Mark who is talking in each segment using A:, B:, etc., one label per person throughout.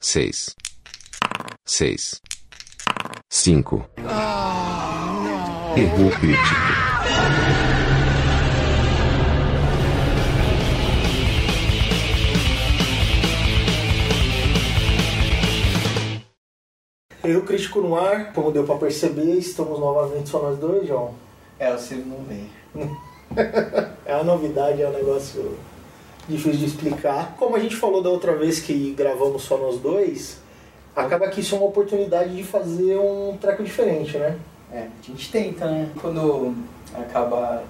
A: seis, seis, cinco. Errou crítico.
B: Eu crítico no ar, como deu pra perceber, estamos novamente só nós dois, João.
C: É, o Ciro não vem.
B: É uma novidade, é um negócio difícil de explicar. Como a gente falou da outra vez que gravamos só nós dois, acaba que isso é uma oportunidade de fazer um treco diferente, né?
C: É, a gente tenta, né? Quando acaba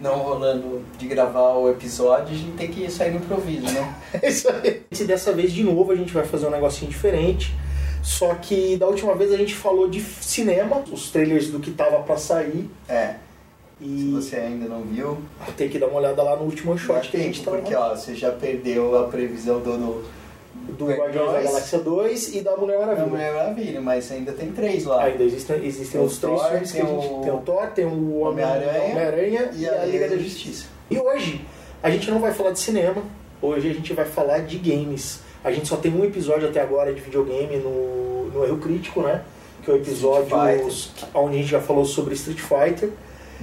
C: não rolando de gravar o episódio, a gente tem que sair no improviso, né?
B: É isso aí. E dessa vez, de novo, a gente vai fazer um negocinho diferente. Só que da última vez a gente falou de cinema, os trailers do que tava pra sair.
C: É, se
B: E
C: você ainda não viu,
B: tem que dar uma olhada lá no último shot que a gente tá
C: porque ó, você já perdeu a previsão do, do
B: do
C: é
B: Guardiões da
C: Guardiões.
B: Galáxia 2 e da Mulher
C: da
B: Maravilha.
C: Mulher Maravilha, mas ainda tem três lá.
B: Ah, Ainda existem, existem
C: Tem
B: os
C: o
B: três
C: Thor,
B: filmes que a
C: tem
B: gente
C: o-
B: tem o Thor, tem o
C: Homem-Aranha
B: Homem-Aranha Homem-Aranha
C: E a Liga da Justiça.
B: E hoje a gente não vai falar de cinema, hoje a gente vai falar de games. A gente só tem um episódio até agora de videogame no, no Erro Crítico, né? Que é o episódio
C: Street
B: onde a gente já falou sobre Street Fighter.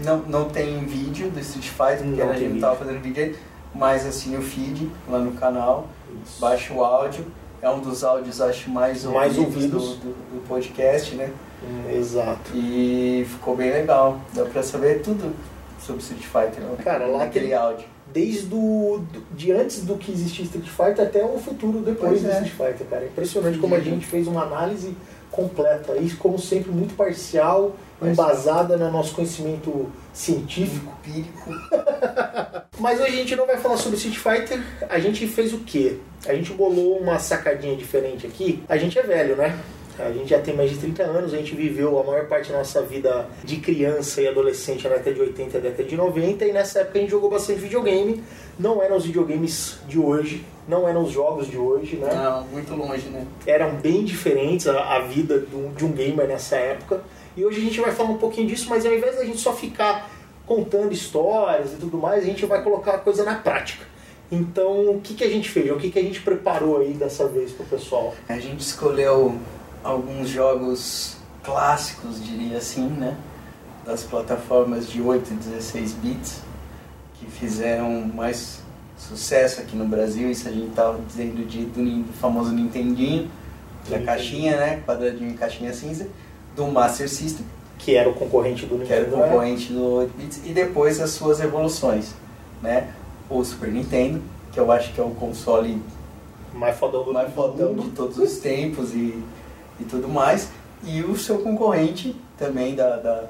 C: Não, não tem vídeo do Street Fighter, porque
B: Não
C: a
B: tem
C: gente não
B: vídeo.
C: tava fazendo vídeo aí, mas assim, o feed lá no canal, baixa o áudio, é um dos áudios, acho, mais ouvidos,
B: Mais ouvidos.
C: Do, do, do podcast, né?
B: Hum, Exato.
C: E ficou bem legal, dá pra saber tudo sobre Street Fighter. Né?
B: Cara, lá
C: Naquele
B: tem-
C: áudio.
B: Desde o, do- de antes do que existia Street Fighter até o futuro depois
C: Pois
B: do
C: é.
B: Street Fighter, cara. Impressionante como a
C: Entendi.
B: gente fez uma análise completa e, como sempre, muito parcial,
C: Parcial.
B: embasada no nosso conhecimento científico.
C: Empírico.
B: Mas hoje a gente não vai falar sobre Street Fighter. A gente fez o quê? A gente bolou uma sacadinha diferente aqui. A gente é velho, né? A gente já tem mais de 30 anos, a gente viveu a maior parte da nossa vida de criança e adolescente na década de 80 e década de 90, e nessa época a gente jogou bastante videogame. Não eram os videogames de hoje, não eram os jogos de hoje, né?
C: Não, muito longe, né?
B: eram bem diferentes a, a vida de um, de um gamer nessa época. E hoje a gente vai falar um pouquinho disso, mas ao invés da gente só ficar contando histórias e tudo mais, a gente vai colocar a coisa na prática. Então, o que, que a gente fez? O que, que a gente preparou aí dessa vez pro pessoal?
C: A gente escolheu alguns jogos clássicos, diria assim, né? Das plataformas de 8 e 16 bits que fizeram mais sucesso aqui no Brasil. Isso a gente tava dizendo de, do, nin- do famoso Nintendinho, da
B: Nintendo.
C: caixinha, né? Quadradinho e caixinha cinza, do Master System,
B: Que era o concorrente do
C: que era o
B: Nintendo. né?
C: concorrente do 8 bits, e depois as suas evoluções, né? O Super Nintendo, que eu acho que é o console
B: mais fodão do
C: o mais fodão
B: mundo.
C: de todos os tempos e, e tudo mais. E o seu concorrente também, da, da-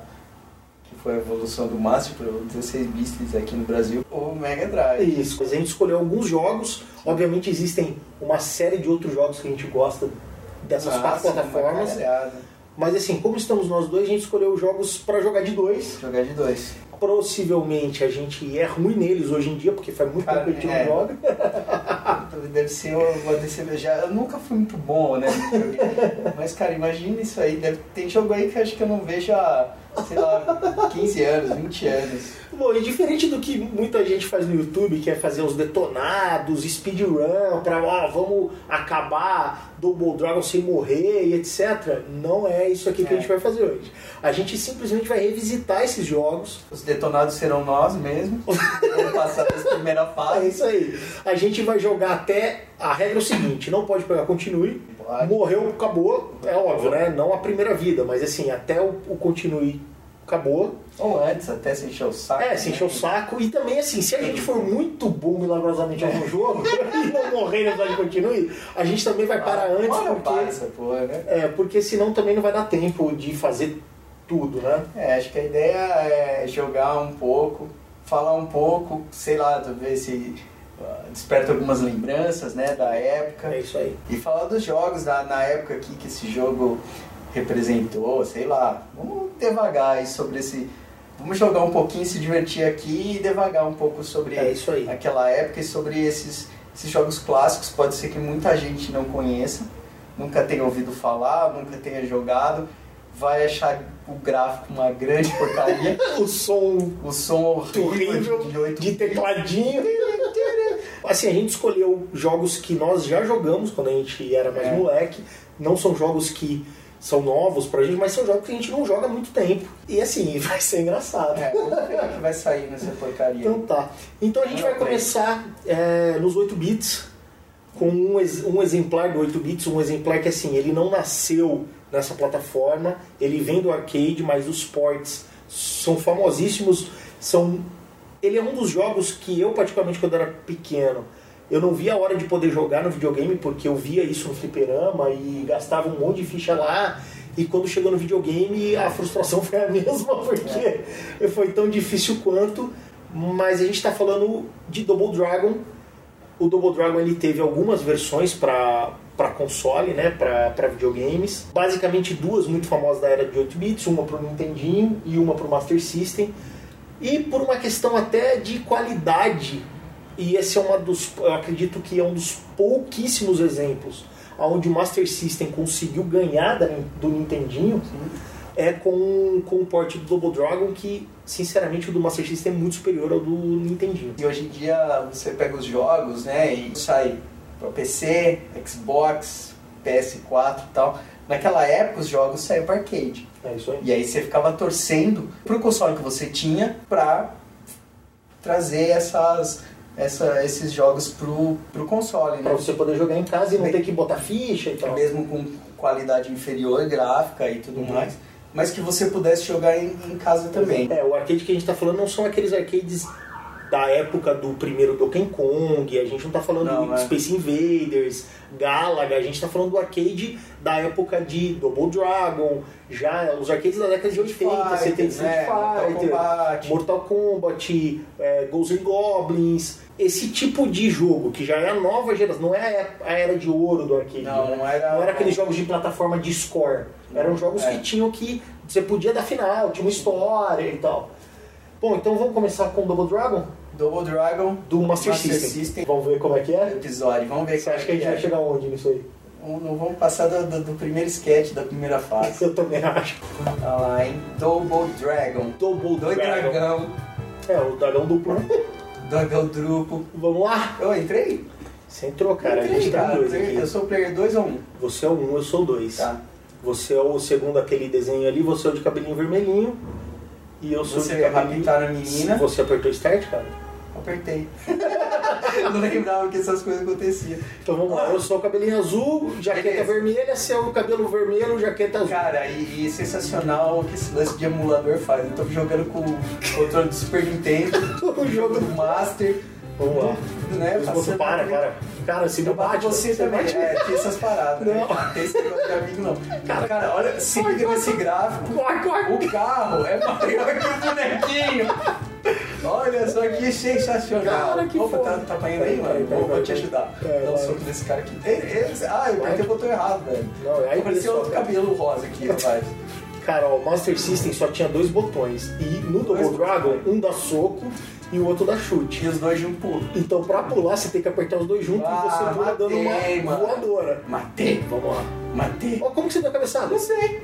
C: que foi a evolução do Master para o 16 bits aqui no Brasil, o Mega Drive.
B: Isso, mas a gente escolheu alguns jogos. Obviamente existem uma série de outros jogos que a gente gosta dessas quatro
C: Nossa, uma
B: plataformas.
C: caralhada.
B: Mas assim, como estamos nós dois, a gente escolheu jogos para jogar de dois.
C: Jogar de dois.
B: Possivelmente a gente é ruim neles hoje em dia, porque faz muito
C: Cara,
B: tempo que a gente
C: é.
B: não joga.
C: Então, Deve ser uma DCBJ. Eu nunca fui muito bom, né? Mas, cara, imagina isso aí. Deve... Tem jogo aí que eu acho que eu não vejo há, sei lá, 15 anos, 20 anos.
B: Bom, e diferente do que muita gente faz no YouTube, que é fazer os detonados, speedrun, pra ó, vamos acabar Double Dragon sem morrer e etc. Não é isso aqui que a
C: É.
B: gente vai fazer hoje. A gente simplesmente vai revisitar esses jogos.
C: Os detonados serão nós mesmos. Vamos passar dessa primeira
B: É
C: fase.
B: isso aí. A gente vai jogar até. A regra é o seguinte: não pode pegar continue.
C: Pode.
B: Morreu, acabou. É óbvio, né? Não a primeira vida, mas assim, até o, o continue acabou.
C: Ou antes, até se encher o saco. né?
B: É, se encher o saco. E também, assim, se a gente for muito bom milagrosamente em algum jogo e não morrer na verdade continue, a gente também vai parar é antes,
C: Bora
B: porque,
C: para essa porra, né?
B: é, porque senão também não vai dar tempo de fazer tudo, né?
C: É, acho que a ideia é jogar um pouco, falar um pouco, sei lá, ver se ah, desperta algumas lembranças, né, da época.
B: É isso aí.
C: E falar dos jogos da, na época aqui que esse jogo representou, sei lá. Vamos devagar aí sobre esse... Vamos jogar um pouquinho, se divertir aqui e devagar um pouco sobre
B: É isso aí.
C: aquela época e sobre esses, esses jogos clássicos. Pode ser que muita gente não conheça, nunca tenha ouvido falar, nunca tenha jogado, vai achar o gráfico uma grande porcaria,
B: O som
C: o som horrível
B: horrível
C: de 8
B: de tecladinho. Assim, a gente escolheu jogos que nós já jogamos quando a gente era mais
C: É.
B: moleque. Não são jogos que são novos pra gente, mas são jogos que a gente não joga há muito tempo. E assim, vai ser engraçado.
C: É, vamos ver o que vai sair nessa porcaria.
B: Então tá. Então a gente vai
C: Não, mas-
B: começar é, nos 8 bits com um, ex- um exemplar do 8 bits, um exemplar que assim, ele não nasceu nessa plataforma, ele vem do arcade, mas os ports são famosíssimos, são ele é um dos jogos que eu particularmente quando era pequeno, eu não via a hora de poder jogar no videogame porque eu via isso no fliperama e gastava um monte de ficha lá. E quando chegou no videogame, a frustração foi a mesma, porque foi tão difícil quanto. Mas a gente está falando de Double Dragon, o Double Dragon ele teve algumas versões para para console, né, para videogames. Basicamente duas muito famosas da era de 8 bits, uma para o Nintendinho e uma para o Master System. E por uma questão até de qualidade, e esse é uma dos, eu acredito que é um dos pouquíssimos exemplos onde o Master System conseguiu ganhar da- do Nintendinho, é com, com o porte do Double Dragon, que sinceramente o do Master System é muito superior ao do Nintendinho.
C: E hoje em dia você pega os jogos, né, e sai pra PC, Xbox, PS4 e tal. Naquela época os jogos saíam pra arcade.
B: É isso aí.
C: E aí você ficava torcendo pro console que você tinha pra trazer essas, essa- esses jogos pro, pro console, né?
B: É Pra você poder jogar em casa
C: É.
B: e não ter que botar ficha e tal.
C: mesmo com qualidade inferior, gráfica e
B: Uhum.
C: tudo mais, mas que você pudesse jogar em, em casa também.
B: É, o arcade que a gente tá falando não são aqueles arcades da época do primeiro Donkey Kong, a gente não tá falando
C: Não,
B: de
C: é.
B: Space Invaders, Galaga, a gente tá falando do arcade da época de Double Dragon, já os arcades da década de 80, 70, Street
C: né? Mortal
B: Fighter,
C: Kombat.
B: Mortal Kombat, é, Ghosts and Goblins, esse tipo de jogo que já é a nova geração, não é a era de ouro do arcade.
C: Não,
B: né?
C: não era-
B: não era aqueles jogos de plataforma de score. Eram jogos
C: É.
B: que tinham que. Você podia dar final, tinha uma história e tal. Bom, então vamos começar com o Double Dragon
C: Double Dragon
B: do Master, System. Vamos ver como é que é?
C: episódio. Vamos ver é
B: Você acha que é. a gente vai chegar onde nisso aí?
C: Não não vamos passar do, do- do primeiro sketch da primeira fase.
B: Eu também acho.
C: Olha lá, hein? Double Dragon.
B: Double
C: Dois
B: Dragon.
C: dragão,
B: É, o dragão duplo.
C: dragão duplo.
B: vamos lá?
C: Eu entrei?
B: Você entrou, cara. a
C: entrei,
B: gente tá
C: cara.
B: dois
C: Eu
B: aqui.
C: sou o player 2 ou 1? Um.
B: Você é o um, eu sou o dois.
C: Tá.
B: Você é o segundo aquele desenho ali, você é o de cabelinho vermelhinho. E eu sou é o
C: Você
B: de
C: ia
B: cabelinho...
C: raptar a menina.
B: Você apertou start, cara?
C: Apertei. não lembrava que essas coisas aconteciam.
B: Então vamos lá, eu sou o cabelinho azul, jaqueta
C: Beleza.
B: vermelha, você é o cabelo vermelho, jaqueta azul.
C: Cara, e, e sensacional o que esse lance de emulador faz. Eu tô jogando com o controle do Super Nintendo,
B: o jogo
C: do Master,
B: Vamos lá.
C: né?
B: Os outros
C: passando-
B: para, cara. Cara, se não
C: Eu bato
B: bate,
C: você também.
B: bate.
C: É, tem essas paradas. né?
B: Não.
C: Tem esse negócio de amigo, não. Cara, olha, seguindo esse gráfico,
B: Corre, corre.
C: o carro é maior que o bonequinho. Olha só que sensacional.
B: Cara, que
C: Opa, tá,
B: foda.
C: tá apanhando
B: Peraí,
C: aí, mano?
B: peraí,
C: Vou, vou
B: peraí,
C: te ajudar.
B: peraí. É,
C: Dá um soco nesse cara aqui. Ele- ele- ah, eu apertei o botão errado, velho.
B: Não, é aí
C: Apareceu
B: pessoal,
C: outro
B: cara.
C: cabelo rosa aqui, rapaz.
B: Cara, ó, o Master System só tinha dois botões. E no
C: Dois
B: Double Dragon, um dá soco e o outro dá chute.
C: E os dois de um pulo.
B: Então pra pular, você tem que apertar os dois juntos
C: Ah,
B: e você pula
C: matei,
B: dando uma
C: mano.
B: voadora.
C: Matei,
B: Vamos lá.
C: matei.
B: Ó, como que você deu a cabeçada?
C: Não sei.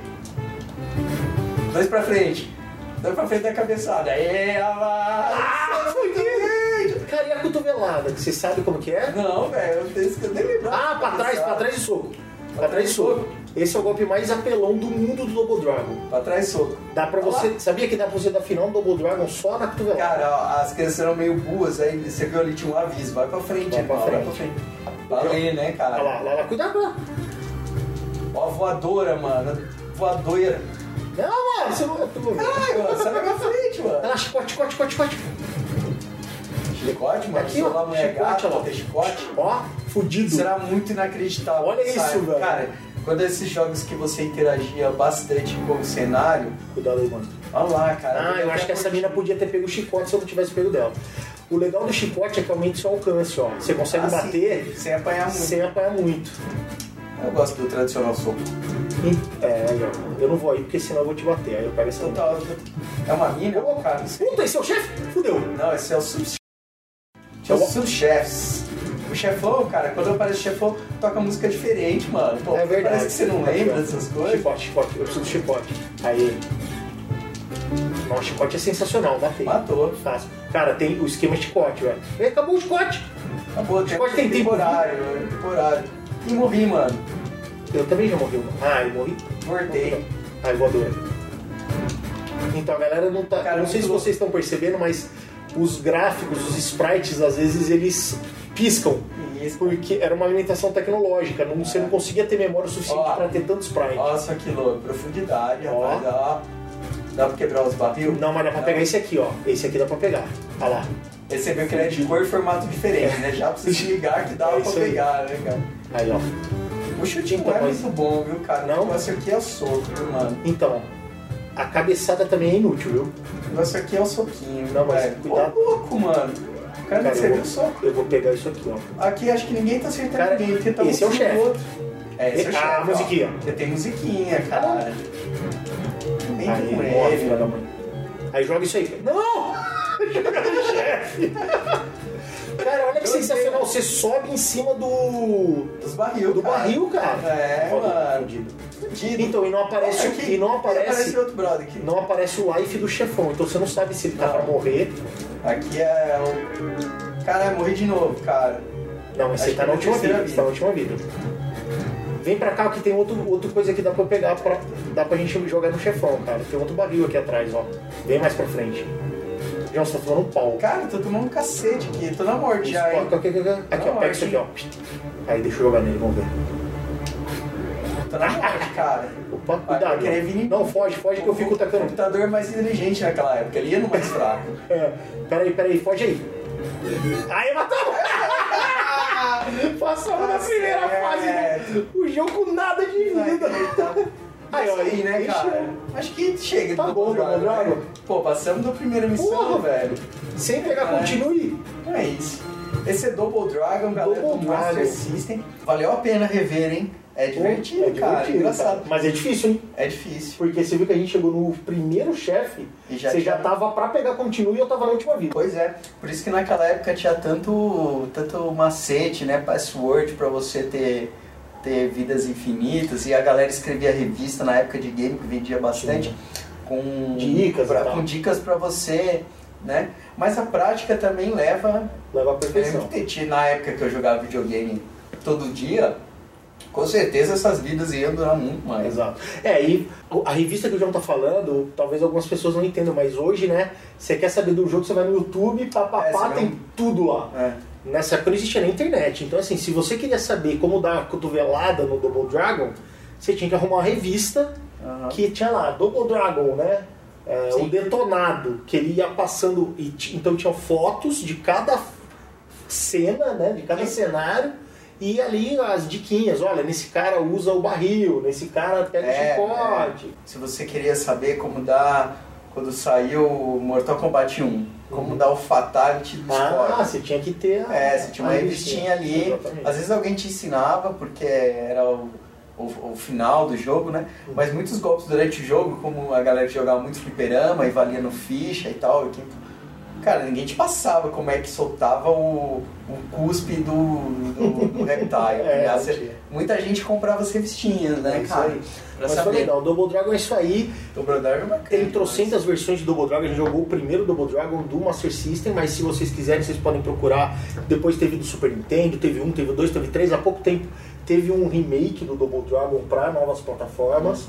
C: Dois pra frente. Dois pra frente da cabeçada. É,
B: Ah,
C: avança.
B: fudido! Cara, e a cotovelada? que Você sabe como que é?
C: Não, velho, eu tenho que eu nem lembrar.
B: Ah, pra trás, pra trás de soco. Pra trás de soco. Esse é o golpe mais apelão do mundo do Double Dragon.
C: Pra trás, soco.
B: Dá pra
C: Olha lá.
B: você. Sabia que dá pra você dar final no Double Dragon só na cotovelada?
C: Cara, ó, as crianças eram meio burras, aí você viu ali, tinha um aviso. Vai pra frente,
B: Vai pra
C: irmão, vai pra frente. Valeu, né, cara?
B: Olha lá, olha lá, cuidado, cuidado.
C: Ó, voadora, mano. Voadora.
B: Não, mano, você não. tu não-
C: Ai, mano, sai da minha frente, mano.
B: Ah, chicote, chicote, chicote, chicote.
C: Chicote, mano.
B: Aqui,
C: sei
B: ó,
C: lá, mulher
B: chicote,
C: gata,
B: ó.
C: tem chicote.
B: Ó, fudido.
C: Isso era muito inacreditável.
B: Olha
C: sabe?
B: isso, velho.
C: Cara, quando esses jogos que você interagia bastante com o cenário,
B: Cuidado aí, mano.
C: olha lá, cara.
B: Ah, eu acho que essa mina podia ter pego o chicote se eu não tivesse pego dela. O legal do chicote é que aumenta o seu alcance, ó. Você consegue
C: Ah, sim,
B: bater
C: sem apanhar muito.
B: sem apanhar muito.
C: Eu gosto do tradicional soco.
B: E- É, aí, ó. Eu não vou aí porque senão eu vou te bater. Aí eu pego essa.
C: Total. É uma mina? Ô, cara.
B: Puta, esse é o chefe? Fudeu.
C: Não, esse é o subchefe.
B: É o-
C: Os subchefes. O chefão, cara, quando aparece o chefão, toca música diferente, mano. Pô,
B: é verdade. Tipo,
C: Parece que é. você não lembra dessas coisas.
B: Chicote, chicote. Eu preciso do chicote. Aí. Não, o chicote é sensacional, batei.
C: Matou.
B: Fácil. Cara, tem o esquema chicote, velho. Ei, acabou o chicote!
C: Acabou, tem
B: Mas tipo, tem tempo. né?
C: temporário, é temporário. E morri, mano.
B: Eu também já morri, mano. Ah, eu morri?
C: Voltei.
B: Ai, voadora. Então, a galera não tá.
C: Cara,
B: não sei
C: muito
B: se
C: louco.
B: vocês estão percebendo, mas os gráficos, os sprites, às vezes eles piscam.
C: Isso.
B: Porque era uma alimentação tecnológica, não, você não conseguia ter memória o suficiente
C: Ó.
B: pra ter tanto sprite.
C: Olha só que louco, profundidade,
B: Ó.
C: rapaz. Ó. Dá pra quebrar os barril?
B: Não, mas dá pra pegar esse aqui, ó. Esse aqui dá pra pegar. Olha lá.
C: Esse é meu que ele é de cor e formato diferente, né? Já precisa se ligar que dá
B: É
C: pra
B: isso aí.
C: pegar, né, cara?
B: Aí, ó.
C: O chute não
B: Então,
C: é
B: mas-
C: muito bom, viu, cara?
B: Não?
C: O negócio aqui é o soco, viu, mano?
B: Então, a cabeçada também é inútil, viu?
C: O negócio aqui é o soquinho.
B: Não, mas
C: velho.
B: cuidado.
C: Ô, louco, mano. O
B: Cara,
C: cara
B: eu
C: recebeu o
B: vou,
C: soco.
B: eu vou pegar isso aqui, ó.
C: Aqui acho que ninguém tá acertando
B: Cara,
C: ninguém. Tenta
B: esse é o
C: um, tenta
B: chefe.
C: outro. É, esse é o
B: Ah,
C: chefe. ó.
B: musiquinha.
C: Você tem musiquinha, cara. Bem
B: Aí,
C: com
B: ó, filha da
C: ele.
B: mãe. Aí joga isso aí. cara. Não! Joga no chefe! Cara, olha que
C: Eu
B: sensacional. Você sobe em cima do.
C: Dos barril,
B: do
C: cara.
B: barril, cara.
C: É,
B: Ó,
C: mano.
B: fudido.
C: Fudido.
B: Então, e não aparece.
C: Aqui,
B: E não
C: aparece
B: aparece.
C: outro brother aqui.
B: Não aparece o life do chefão, então você não sabe se ele tá
C: Não.
B: pra morrer.
C: Aqui é o. Cara, eu morri de novo, cara.
B: Não, mas
C: Acho
B: você tá
C: que
B: na
C: é
B: última
C: terceira
B: vida. Você tá na última vida. Vem pra cá que tem outro, outra coisa que dá pra eu pegar, pra, dá pra gente jogar no chefão, cara. Tem outro barril aqui atrás, ó. Vem mais pra frente. João, você tá tomando um pau.
C: Cara, eu tô tomando um cacete aqui, tô na morte
B: Isso,
C: já, hein?
B: coloca aqui, aqui, aqui. Aqui, ó,
C: Não,
B: pega isso aqui, ó. Aí deixa eu jogar nele, vamos ver.
C: Tô na morte, cara.
B: Opa,
C: Vai, vai
B: cuidado.
C: querer Ah, vir em-
B: Não, foge, foge que eu fico
C: O
B: tacando.
C: computador é mais inteligente naquela época, ele ia no mais fraco.
B: É, peraí, peraí, foge aí. Aí matamos! Passamos na primeira
C: Certo.
B: fase, né?
C: É.
B: O jogo com nada de vida. Aí,
C: Aí,
B: ó,
C: aí, né,
B: deixa
C: cara?
B: eu-
C: Acho que chega
B: Tá
C: do
B: bom,
C: Double
B: Double
C: Dragon,
B: Dragon.
C: né? Pô, passamos da primeira missão,
B: Porra.
C: velho.
B: Sem pegar
C: Caralho.
B: continue.
C: Então é isso. Esse é Double Dragon, galera
B: Double
C: do Master
B: Dragon.
C: System. Valeu a pena rever, hein? É divertido,
B: É
C: cara.
B: divertido,
C: engraçado.
B: cara. Mas é difícil, hein?
C: É difícil.
B: Porque você viu que a gente chegou no primeiro chefe,
C: E já
B: você já
C: tinha-
B: tava pra pegar continue e eu tava na última vida.
C: Pois é, por isso que naquela época tinha tanto, tanto macete, né, password pra você ter, ter vidas infinitas e a galera escrevia revista na época de game que vendia bastante com
B: Dicas e
C: pra,
B: tal.
C: com dicas para você, né? Mas a prática também leva
B: Leva a
C: eu lembro
B: perfeição.
C: que tinha- na época que eu jogava videogame todo dia, com certeza essas vidas iam durar muito mais.
B: Exato. É, e a revista que o João tá falando, talvez algumas pessoas não entendam, mas hoje, né, você quer saber do jogo, você vai no YouTube,
C: É,
B: papapá,
C: você
B: tem
C: não-
B: tudo lá.
C: É.
B: Nessa época não existia nem internet. Então, assim, se você queria saber como dar a cotovelada no Double Dragon, você tinha que arrumar uma revista
C: Aham.
B: que tinha lá, Double Dragon, né? É,
C: Sim.
B: o detonado, que ele ia passando. E ti- então tinha fotos de cada cena, né? De cada cenário. E ali as diquinhas, olha, nesse cara usa o barril, nesse cara pega
C: É,
B: o chicote.
C: Se você queria saber como dar quando saiu o Mortal Kombat 1, como dar o Fatality do
B: Uhum. Ah,
C: esporte.
B: você tinha que ter a,
C: É, você tinha uma
B: a
C: revistinha ali.
B: Exatamente.
C: Às vezes alguém te ensinava, porque era o, o, o final do jogo, né?
B: Uhum.
C: Mas muitos golpes durante o jogo, como a galera que jogava muito fliperama e valia no ficha e tal, e quem- cara, ninguém te passava como é que soltava o, o cuspe do, do, do reptile.
B: É,
C: Aliás, você-
B: tinha.
C: muita gente comprava as revistinhas,
B: É
C: né,
B: isso
C: cara?
B: aí.
C: Pra
B: Mas foi
C: saber.
B: legal, Double Dragon é isso aí.
C: O Brother é bacana.
B: Tem
C: mas-
B: trocentas versões de Double Dragon, a gente jogou o primeiro Double Dragon do Master System, mas se vocês quiserem, vocês podem procurar. Depois teve do Super Nintendo, teve um, teve dois, teve três. Há pouco tempo teve um remake do Double Dragon para novas plataformas,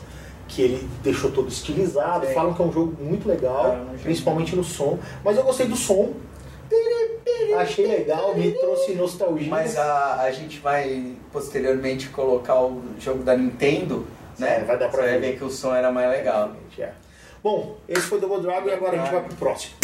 B: que ele deixou todo estilizado.
C: Sim.
B: Falam que é um jogo muito legal,
C: Ah, não sei.
B: principalmente no som. Mas eu gostei do som. Achei legal, me trouxe nostalgia.
C: Mas a, a gente vai posteriormente colocar o jogo da Nintendo, né?
B: É, vai dar pra
C: Você
B: ver.
C: ver que o som era mais legal.
B: É. Bom, esse foi Double Dragon e agora a gente vai pro próximo.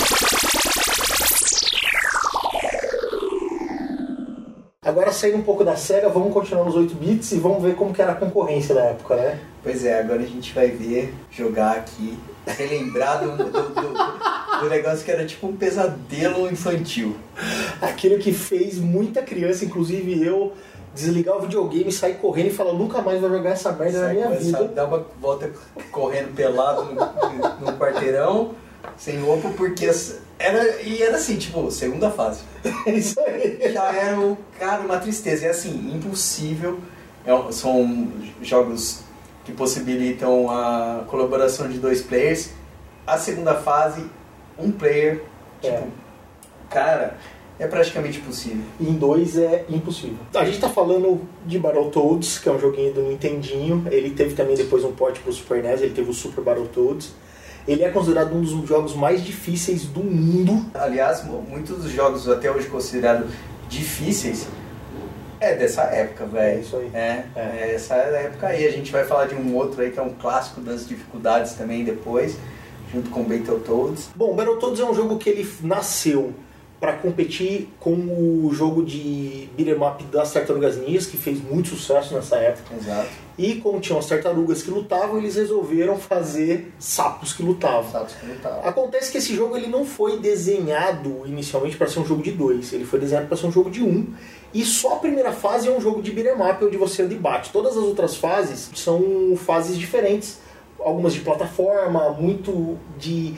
B: Agora saindo um pouco da SEGA, vamos continuar nos 8 bits e vamos ver como que era a concorrência da época, né?
C: Pois é, agora a gente vai ver jogar aqui, relembrar do, do, do- do negócio que era tipo um pesadelo infantil.
B: Aquilo que fez muita criança, inclusive eu, desligar o videogame, sair correndo e falar, nunca mais vou jogar essa merda na
C: Sai
B: minha
C: começar é a
B: vida.
C: dar uma volta correndo pelado no, no quarteirão, sem roupa, porque as- era, e era assim, tipo, segunda fase.
B: É isso aí.
C: já era o cara uma tristeza. É assim, impossível. É um- são jogos que possibilitam a colaboração de dois players. A segunda fase, um player.
B: É.
C: Tipo, cara, É praticamente possível.
B: E em dois é impossível. A gente tá falando de Battletoads, que é um joguinho do Nintendinho. Ele teve também depois um porte pro Super NES, ele teve o Super Battletoads. Ele é considerado um dos jogos mais difíceis do mundo.
C: Aliás, mu- muitos dos jogos até hoje considerados difíceis é dessa época,
B: É
C: velho.
B: isso aí.
C: É,
B: É.
C: é essa época aí. A gente vai falar de um outro aí que é um clássico das dificuldades também depois, junto com Battletoads.
B: Bom, Battletoads é um jogo que ele nasceu para competir com o jogo de beat'em up das Tartarugas Ninjas, que fez muito sucesso nessa época.
C: Exato.
B: E como tinham as tartarugas que lutavam, eles resolveram fazer sapos que lutavam.
C: Status brutal.
B: Acontece que esse jogo ele não foi desenhado inicialmente para ser um jogo de dois, ele foi desenhado para ser um jogo de um. E só a primeira fase é um jogo de beat'em up, onde você anda e bate. Todas as outras fases são fases diferentes, algumas de plataforma, muito de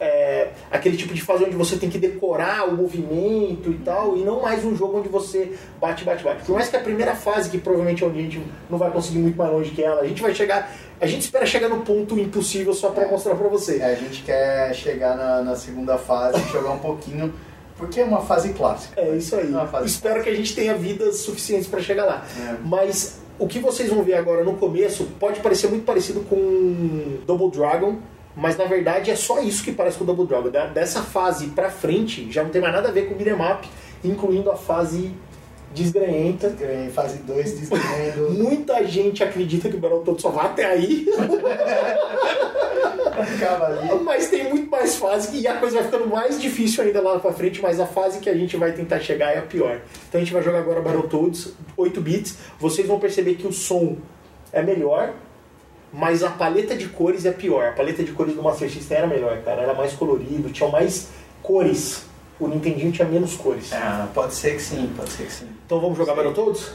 B: é, aquele tipo de fase onde você tem que decorar o movimento e tal, e não mais um jogo onde você bate, bate, bate. Por mais que a primeira fase, que provavelmente é onde a gente não vai conseguir muito mais longe que ela, a gente vai chegar, a gente espera chegar no ponto impossível só para mostrar para vocês.
C: É, A gente quer chegar na, na segunda fase, jogar um pouquinho, porque é uma fase clássica.
B: É isso aí.
C: Uma fase
B: Espero que a gente tenha vidas suficientes para chegar lá.
C: É.
B: Mas o que vocês vão ver agora no começo pode parecer muito parecido com Double Dragon, mas na verdade é só isso que parece com Double Dragon. Da- Dessa fase pra frente já não tem mais nada a ver com o beat'em up, incluindo a fase desgrenhenta.
C: Ganhei fase 2 descendo.
B: Muita gente acredita que o Battletoads só vai até aí,
C: Ficava ali.
B: mas tem muito mais fase e a coisa vai ficando mais difícil ainda lá pra frente, mas a fase que a gente vai tentar chegar é a pior. Então a gente vai jogar agora Battletoads, 8 bits. Vocês vão perceber que o som é melhor, mas a paleta de cores é pior. A paleta de cores do Master System era melhor, cara. Era mais colorido, tinha mais cores. O Nintendinho tinha menos cores.
C: Ah, pode ser que sim, pode ser que sim.
B: Então vamos jogar Battletoads?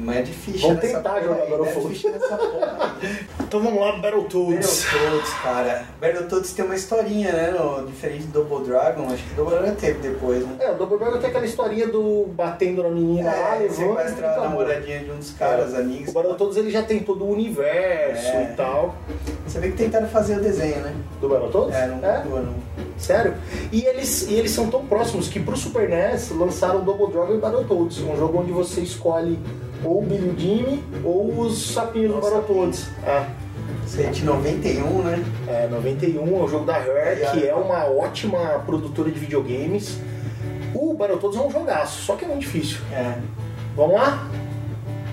C: Mas é difícil.
B: Vamos
C: nessa
B: tentar
C: porra
B: jogar um
C: aí,
B: Battlefield.
C: É difícil nessa porra aí.
B: Então vamos lá, Battletoads.
C: Battletoads, cara. Battletoads tem uma historinha, né? no- diferente do Double Dragon, acho que Double Dragon teve depois, né?
B: É, o Double Dragon tem aquela historinha do batendo na menina lá,
C: É,
B: levando. e
C: sequestrar a
B: acabou.
C: namoradinha de um dos caras, amigos.
B: O Battletoads ele já tem todo o universo
C: É.
B: e tal.
C: Você vê que tentaram fazer o desenho, né?
B: Do Battletoads?
C: É, não
B: É?
C: mudou, não.
B: Sério? E eles, e eles são tão próximos que pro Super NES lançaram Double Dragon e Battletoads, um jogo onde você escolhe ou o Billy Jimmy ou os sapinhos do
C: Nossa,
B: Battletoads.
C: Isso aí é de 91, né?
B: É, é, 91 é o jogo da Rare, que é uma ótima produtora de videogames. O Battletoads é um jogaço, só que é muito difícil.
C: É.
B: Vamos lá?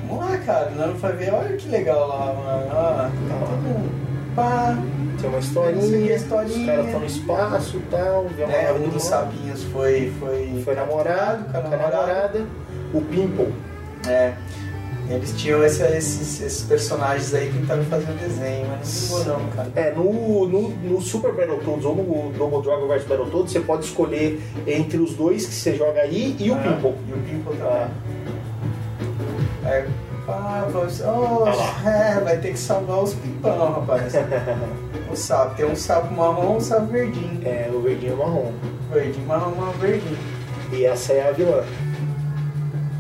C: Vamos lá, cara. Não vai ver, olha que legal lá, mano. Ah, tá todo mundo. Pá.
B: Tem uma
C: Isso aqui
B: historinha, É,
C: é historinha.
B: os caras estão no espaço e tal. vê uma
C: Né,
B: nave
C: um
B: do
C: dos
B: mar.
C: sapinhos foi. Foi,
B: Foi namorado, com a namorada. O Pimple.
C: É. Eles tinham esse- esses, esses personagens aí que tentaram fazer o desenho, mas não vingou não, cara.
B: É, no, no, no Super Battletoads ou no Double Dragon vs Battletoads, você pode escolher entre os dois que você joga aí e o
C: Ah,
B: Pimple.
C: E o Pimple tá. É. Ah, vamos- oh,
B: Olha lá. É.
C: é, vai ter que salvar os pimpão, rapaz. o sapo. Tem um sapo marrom e um sapo verdinho.
B: É, o verdinho e o marrom.
C: Verdinho, marrom, marrom, verdinho.
B: E essa é a vilã.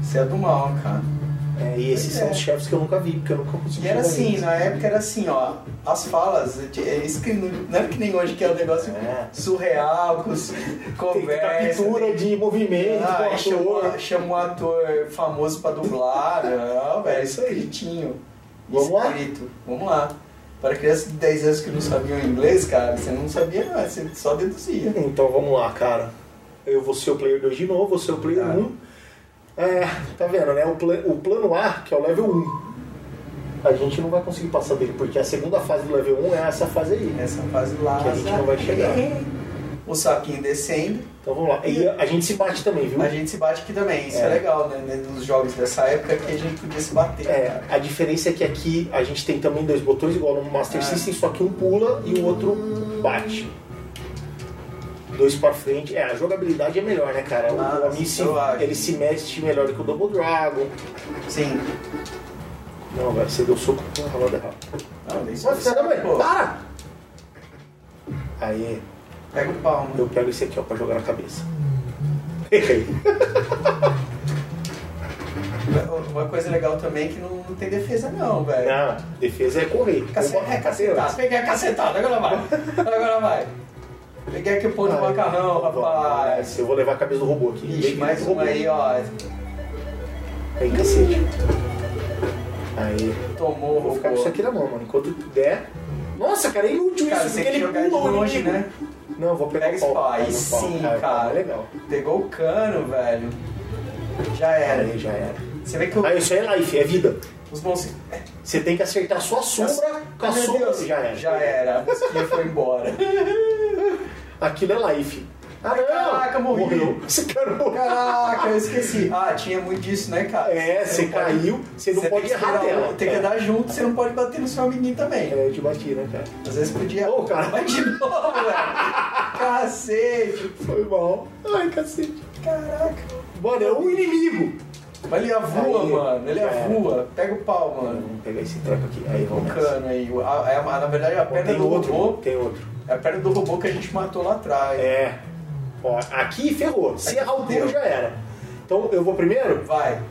C: Isso é do mal, cara.
B: É, e esses
C: Pois
B: são
C: é.
B: os chefes que eu nunca vi, porque eu nunca consegui
C: E era
B: jogar
C: assim,
B: eles.
C: na época era assim, ó, as falas, é isso que não, não é que nem hoje que é um negócio
B: É.
C: surreal, com s-
B: Tem que ter
C: conversa. né?
B: captura de movimento,
C: Ah,
B: ah,
C: aí chamou, chamou um ator famoso pra dublar, não, velho, isso é gritinho.
B: Vamos lá?
C: Escrito. Vamos lá. Para crianças de 10 anos que não sabiam inglês, cara, você não sabia, não, você só deduzia.
B: Então vamos lá, cara. Eu vou ser o player 2 de novo, vou ser o player
C: Tá.
B: 1. É, tá vendo, né? O, pla- o plano A, que é o level 1. A gente não vai conseguir passar dele, porque a segunda fase do level 1 é essa fase aí.
C: Nessa fase lá.
B: Que a gente não vai chegar.
C: O sapinho descendo.
B: Então vamos lá. E a gente se bate também, viu?
C: A gente se bate aqui também, isso é,
B: É.
C: legal, né? Dentro dos jogos dessa época que a gente podia se bater.
B: É,
C: cara.
B: a diferença é que aqui a gente tem também dois botões igual no Master
C: É.
B: System, só que um pula e o outro bate. Dois pra frente. É, a jogabilidade é melhor, né, cara? O
C: Ah,
B: o Ami se,
C: eu acho.
B: ele se mexe melhor do que o Double Dragon.
C: Sim.
B: Não, velho, você deu soco com a rolada errada.
C: Não, isso
B: Nossa, você
C: é
B: mãe?
C: pô,
B: Para! Aí,
C: Pega o pau, né? mano.
B: eu pego esse aqui, ó, pra jogar na cabeça. Errei.
C: Uma coisa legal também é que não, não tem defesa, não, velho.
B: Não, defesa é tá. correr.
C: Cacete,
B: Uma-
C: é cacetada. Peguei a cacetada, agora vai. Agora vai. Peguei aqui o pão de macarrão, rapaz.
B: Eu vou levar a cabeça do robô aqui.
C: Ixi,
B: Bem,
C: mais
B: do
C: um
B: robô.
C: aí, ó.
B: Aí, cacete. Aí.
C: Tomou o
B: Eu vou ficar com isso
C: robô.
B: aqui na mão, mano. Enquanto der. Nossa, cara, é inútil
C: Cara,
B: isso,
C: você
B: porque
C: tem que
B: ele
C: jogar de
B: pula o
C: longe,
B: inimigo.
C: né?
B: Não, eu vou pegar
C: Pega
B: o pau.
C: esse pau. Aí
B: Pega o pau.
C: sim,
B: Ah, o pau
C: cara.
B: É legal.
C: Pegou o cano, velho. Já
B: Aí
C: era.
B: já era.
C: Você vê que o-
B: Ah, isso é life, é vida.
C: os bons. É,
B: Você tem que acertar sua sombra com a
C: Meu
B: sombra.
C: Deus,
B: Já era.
C: Já era. A mosquinha foi embora.
B: Aquilo é life. Ah, não.
C: Caraca, morri.
B: Morreu. Esse cara morreu.
C: Caraca, eu esqueci. Ah, tinha muito disso, né, cara?
B: É, você
C: não pode-
B: caiu, você não
C: tem
B: pode
C: que
B: errar
C: esperar
B: dela.
C: um- Tem que
B: É.
C: andar junto, você não pode bater no seu amiguinho também.
B: É, eu te bati, né, cara?
C: Às vezes podia.
B: Ô, cara.
C: Vai de novo, velho. Cacete.
B: Foi mal. Ai, cacete.
C: Caraca.
B: Mano, é um inimigo.
C: Mas ele avua,
B: Aí, é.
C: mano. Ele
B: já era.
C: avua. Pega o pau, mano.
B: Vamos pegar esse treco aqui. Aí,
C: O
B: vamos nessa.
C: cano aí. A- é a- na verdade, a perna
B: Tem
C: do
B: outro,
C: robô.
B: tem outro.
C: É a perna do robô que a gente matou lá atrás.
B: É. Ó, aqui ferrou. Se
C: Aqui
B: errar o pulo,
C: fudeu.
B: já era. Então, eu vou primeiro?
C: Vai.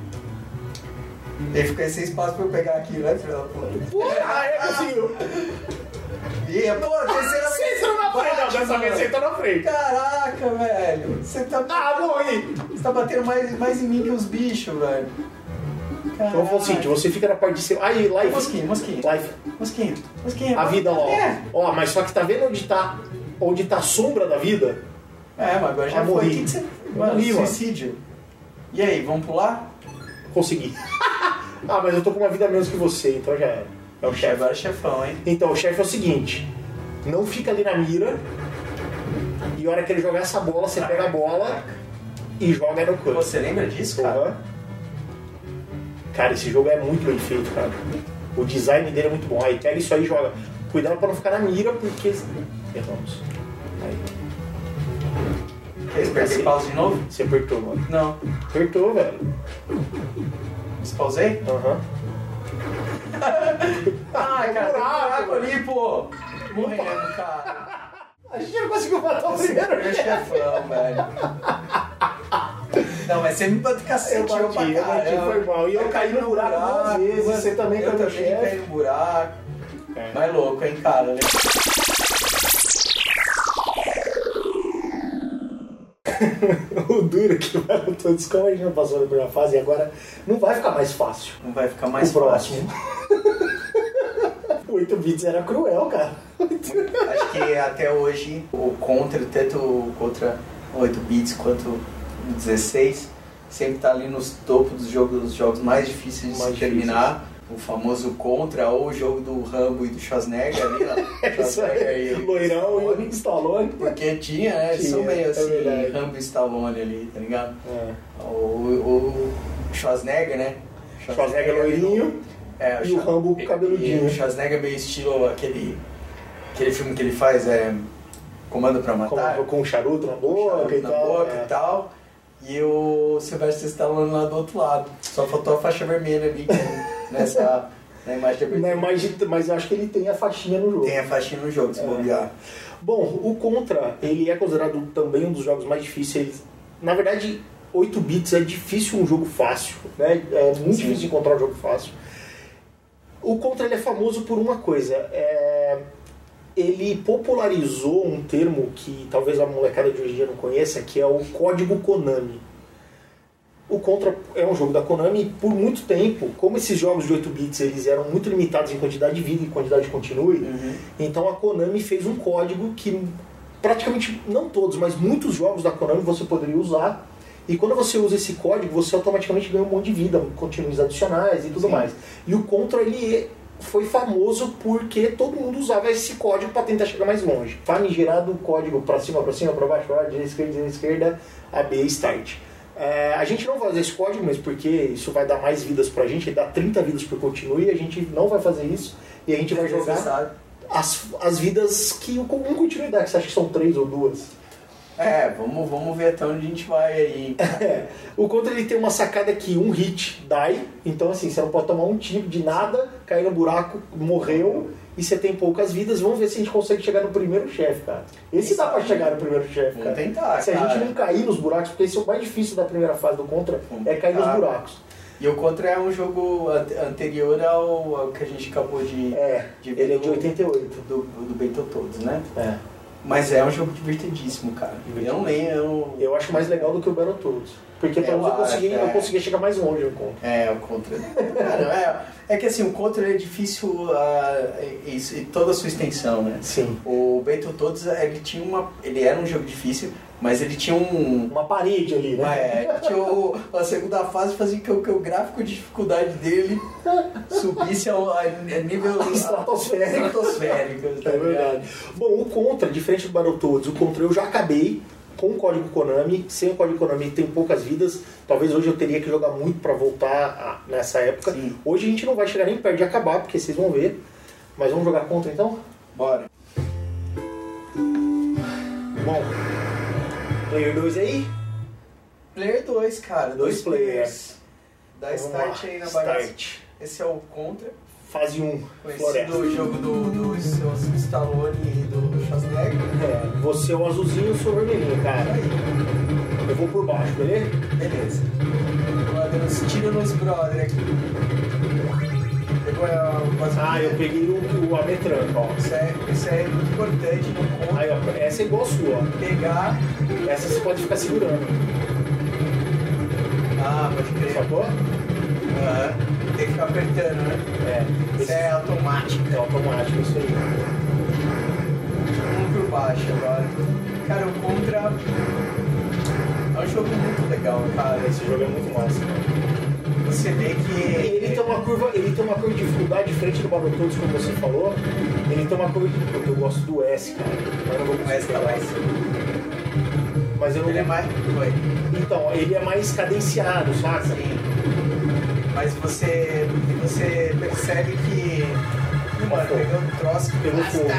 C: Ele fica sem espaço pra eu pegar aqui, né, filho da puta?
B: Pô, ah, é, conseguiu.
C: E a porra, a terceira
B: Você entrou na frente. Não, dessa vez você entrou na frente.
C: Caraca, velho. Você tá,
B: Ah, morri.
C: você tá batendo mais, mais em mim que os bichos, velho.
B: Então, eu vou assim,
C: Ah.
B: você fica na parte de cima. Aí, life.
C: Mosquinha, mosquinha.
B: Life.
C: Mosquinha, mosquinha.
B: A vida, ó.
C: assim? É,
B: Ó, mas só que tá vendo onde tá, onde tá a sombra da vida?
C: é mas agora já
B: Eu
C: foi.
B: morri.
C: O que que você...
B: Eu
C: Mano,
B: morri, mano.
C: suicídio. E aí, vamos pular?
B: Consegui. ah, mas eu tô com uma vida menos que você, então já era. É o chefe.
C: Agora é chefão, hein?
B: Então, o chefe é o seguinte: não fica ali na mira. E a hora que ele jogar essa bola, você pega a bola e joga no canto.
C: Você lembra disso, cara?
B: Aham. Cara, esse jogo é muito bem feito, cara. O design dele é muito bom. Aí pega isso aí e joga. Cuidado pra não ficar na mira, porque. Erramos. Aí.
C: Quer perder pausa de novo?
B: Você apertou, mano.
C: Não.
B: Apertou, velho.
C: Despausei?
B: Aham.
C: Ah, cara, tem um
B: buraco,
C: buraco ali, pô. Morrendo, cara.
B: A gente não conseguiu matar o
C: Esse
B: primeiro. né?
C: é o chefão, velho. Não, mas você me bateu cacete,
B: Eu bati,
C: pra
B: eu bati,
C: caramba.
B: foi mal. E eu caí no buraco duas vezes,
C: mas
B: você também
C: eu
B: caiu no
C: também
B: chefe.
C: caí no buraco.
B: É.
C: Mas louco, hein, cara.
B: O duro é que vai no todos, como a gente não passou na primeira fase, e agora não vai ficar mais fácil.
C: Não vai ficar mais
B: o próximo. 8 bits era cruel, cara.
C: fácil. Acho que até hoje o contra, tanto o contra 8 bits quanto o 16, sempre tá ali nos topos dos jogos, dos jogos mais difíceis de
B: Mais
C: se terminar. O famoso contra ou o jogo do Rambo e do Schwarzenegger ali, ó.
B: É Isso aí,
C: Schwarzenegger e-
B: loirão e o Stallone.
C: Porque tinha, né? Eles são
B: Tinha,
C: meio
B: é
C: assim,
B: verdade.
C: Rambo e Stallone ali, tá ligado?
B: É.
C: O, o Schwarzenegger, né?
B: Schwarzenegger loirinho
C: É,
B: e o
C: Schwar-
B: Rambo
C: e-
B: cabeludinho.
C: E o Schwarzenegger meio estilo aquele, aquele filme que ele faz, é Comando pra
B: com,
C: Matar.
B: com um charuto na
C: com
B: boca
C: charuto
B: e
C: na
B: tal.
C: boca tá.
B: é.
C: e tal. E o Sylvester Stallone lá do outro lado. Só faltou a faixa vermelha ali que- nessa, na imagem de
B: Não é
C: abertura.
B: mais de- mas eu acho que ele tem a faixinha no jogo.
C: Tem a faixinha no jogo, se
B: É.
C: bobear.
B: Bom, o Contra, ele é considerado também um dos jogos mais difíceis. Na verdade, 8 bits é difícil um jogo fácil, né? É muito
C: Sim.
B: difícil encontrar um jogo fácil. O Contra ele é famoso por uma coisa, é... ele popularizou um termo que talvez a molecada de hoje em dia não conheça, que é o código Konami. O Contra é um jogo da Konami e por muito tempo, como esses jogos de 8 bits eles eram muito limitados em quantidade de vida e quantidade de continue,
C: Uhum.
B: então a Konami fez um código que praticamente não todos, mas muitos jogos da Konami você poderia usar. E quando você usa esse código, você automaticamente ganha um monte de vida, continues adicionais e tudo
C: Sim.
B: mais. E o Contra ele foi famoso porque todo mundo usava esse código para tentar chegar mais longe. Famigerado o código para cima, para cima, para baixo, para direita, esquerda, direita, esquerda, A, B, start. É, a gente não vai usar esse código, mas porque isso vai dar mais vidas pra gente, dá 30 vidas por continue, a gente não vai fazer isso e a gente vai jogar
C: Desnecessário.
B: as, as vidas que o comum continue dá, que você acha que são três ou duas.
C: É, vamos, vamos ver até onde a gente vai aí. hein?
B: É. O contra ele tem uma sacada que um hit die, então assim, você não pode tomar um tiro de nada, cair no buraco, morreu, e você tem poucas vidas. Vamos ver se a gente consegue chegar no primeiro chefe, cara. Esse dá pra chegar no primeiro chefe,
C: Vamos
B: cara.
C: tentar,
B: Se a
C: cara.
B: gente não cair nos buracos, porque esse é o mais difícil da primeira fase do contra,
C: Vamos
B: é cair nos
C: tentar.
B: buracos.
C: E o Contra é um jogo ante- anterior ao, ao que a gente acabou de,
B: É,
C: de ver
B: ele é de
C: do,
B: 88.
C: do, do Bento Todos, né?
B: É.
C: Mas é um jogo divertidíssimo, cara. Eu não lembro. eu-
B: Eu acho mais legal do que o Battletoads. Porque pelo
C: Eu
B: menos eu
C: acho,
B: consegui, eu
C: é.
B: consegui chegar mais longe no conto.
C: É, o Contra. Cara, é, é que assim, o Contra ele é difícil ah, e, e- e toda a sua extensão, né?
B: Sim.
C: O Battletoads, ele tinha uma. ele era um jogo difícil, mas ele tinha um.
B: Uma parede ali, né?
C: É, ele tinha o- a segunda fase fazia com que o gráfico de dificuldade dele subisse ao a, a nível
B: Estratosférico.
C: estratosférico. tá
B: É verdade. Bom, o Contra, diferente do Battletoads, o Contra eu já acabei com o código Konami. Sem o código Konami tem poucas vidas. Talvez hoje eu teria que jogar muito pra voltar a- nessa época.
C: Sim.
B: Hoje a gente não vai chegar nem perto de acabar, porque vocês vão ver. Mas vamos jogar Contra então?
C: Bora.
B: Bom, Player 2 aí.
C: Player 2, cara.
B: Dois
C: Dois players. Dá
B: Vamos
C: start
B: lá.
C: aí na barra.
B: Start.
C: Esse é o Contra.
B: Fase 1,
C: Conhecido
B: Floresta.
C: o jogo do, do, do Stallone e do Schwarzenegger.
B: É, você é o azulzinho, eu sou o vermelhinho, cara.
C: Aí,
B: Eu vou por baixo, beleza?
C: beleza. Agora dando uns tiro nos brother aqui. Pegou a- quase-
B: Ah, eu peguei o, o Ametranca, ó.
C: Isso é, isso é muito importante no
B: Aí,
C: contra.
B: ó, essa é igual a sua, ó.
C: Pegar.
B: Essa você pode ficar segurando,
C: Ah, pode crer.
B: sacou?
C: Aham. Tem que ficar apertando, né?
B: É.
C: Isso
B: Esse
C: é
B: é,
C: automático.
B: automático, isso aí.
C: Vamos por um baixo agora. Cara, o Contra é um jogo muito legal, cara.
B: Esse jogo é muito massa.
C: Você vê que.
B: E ele tem uma curva, ele tem uma curva de dificuldade diferente do Battletoads, como você falou. Ele tem uma curva de porque eu gosto do S, cara. Mas eu não vou
C: O S tá
B: pegar.
C: lá em cima.
B: Mas eu não
C: Ele é mais. Foi.
B: Então, ele é mais cadenciado, saca?
C: Sim. Mas você. Você percebe que. Mano, pegou um troço que
B: Pegou fogo.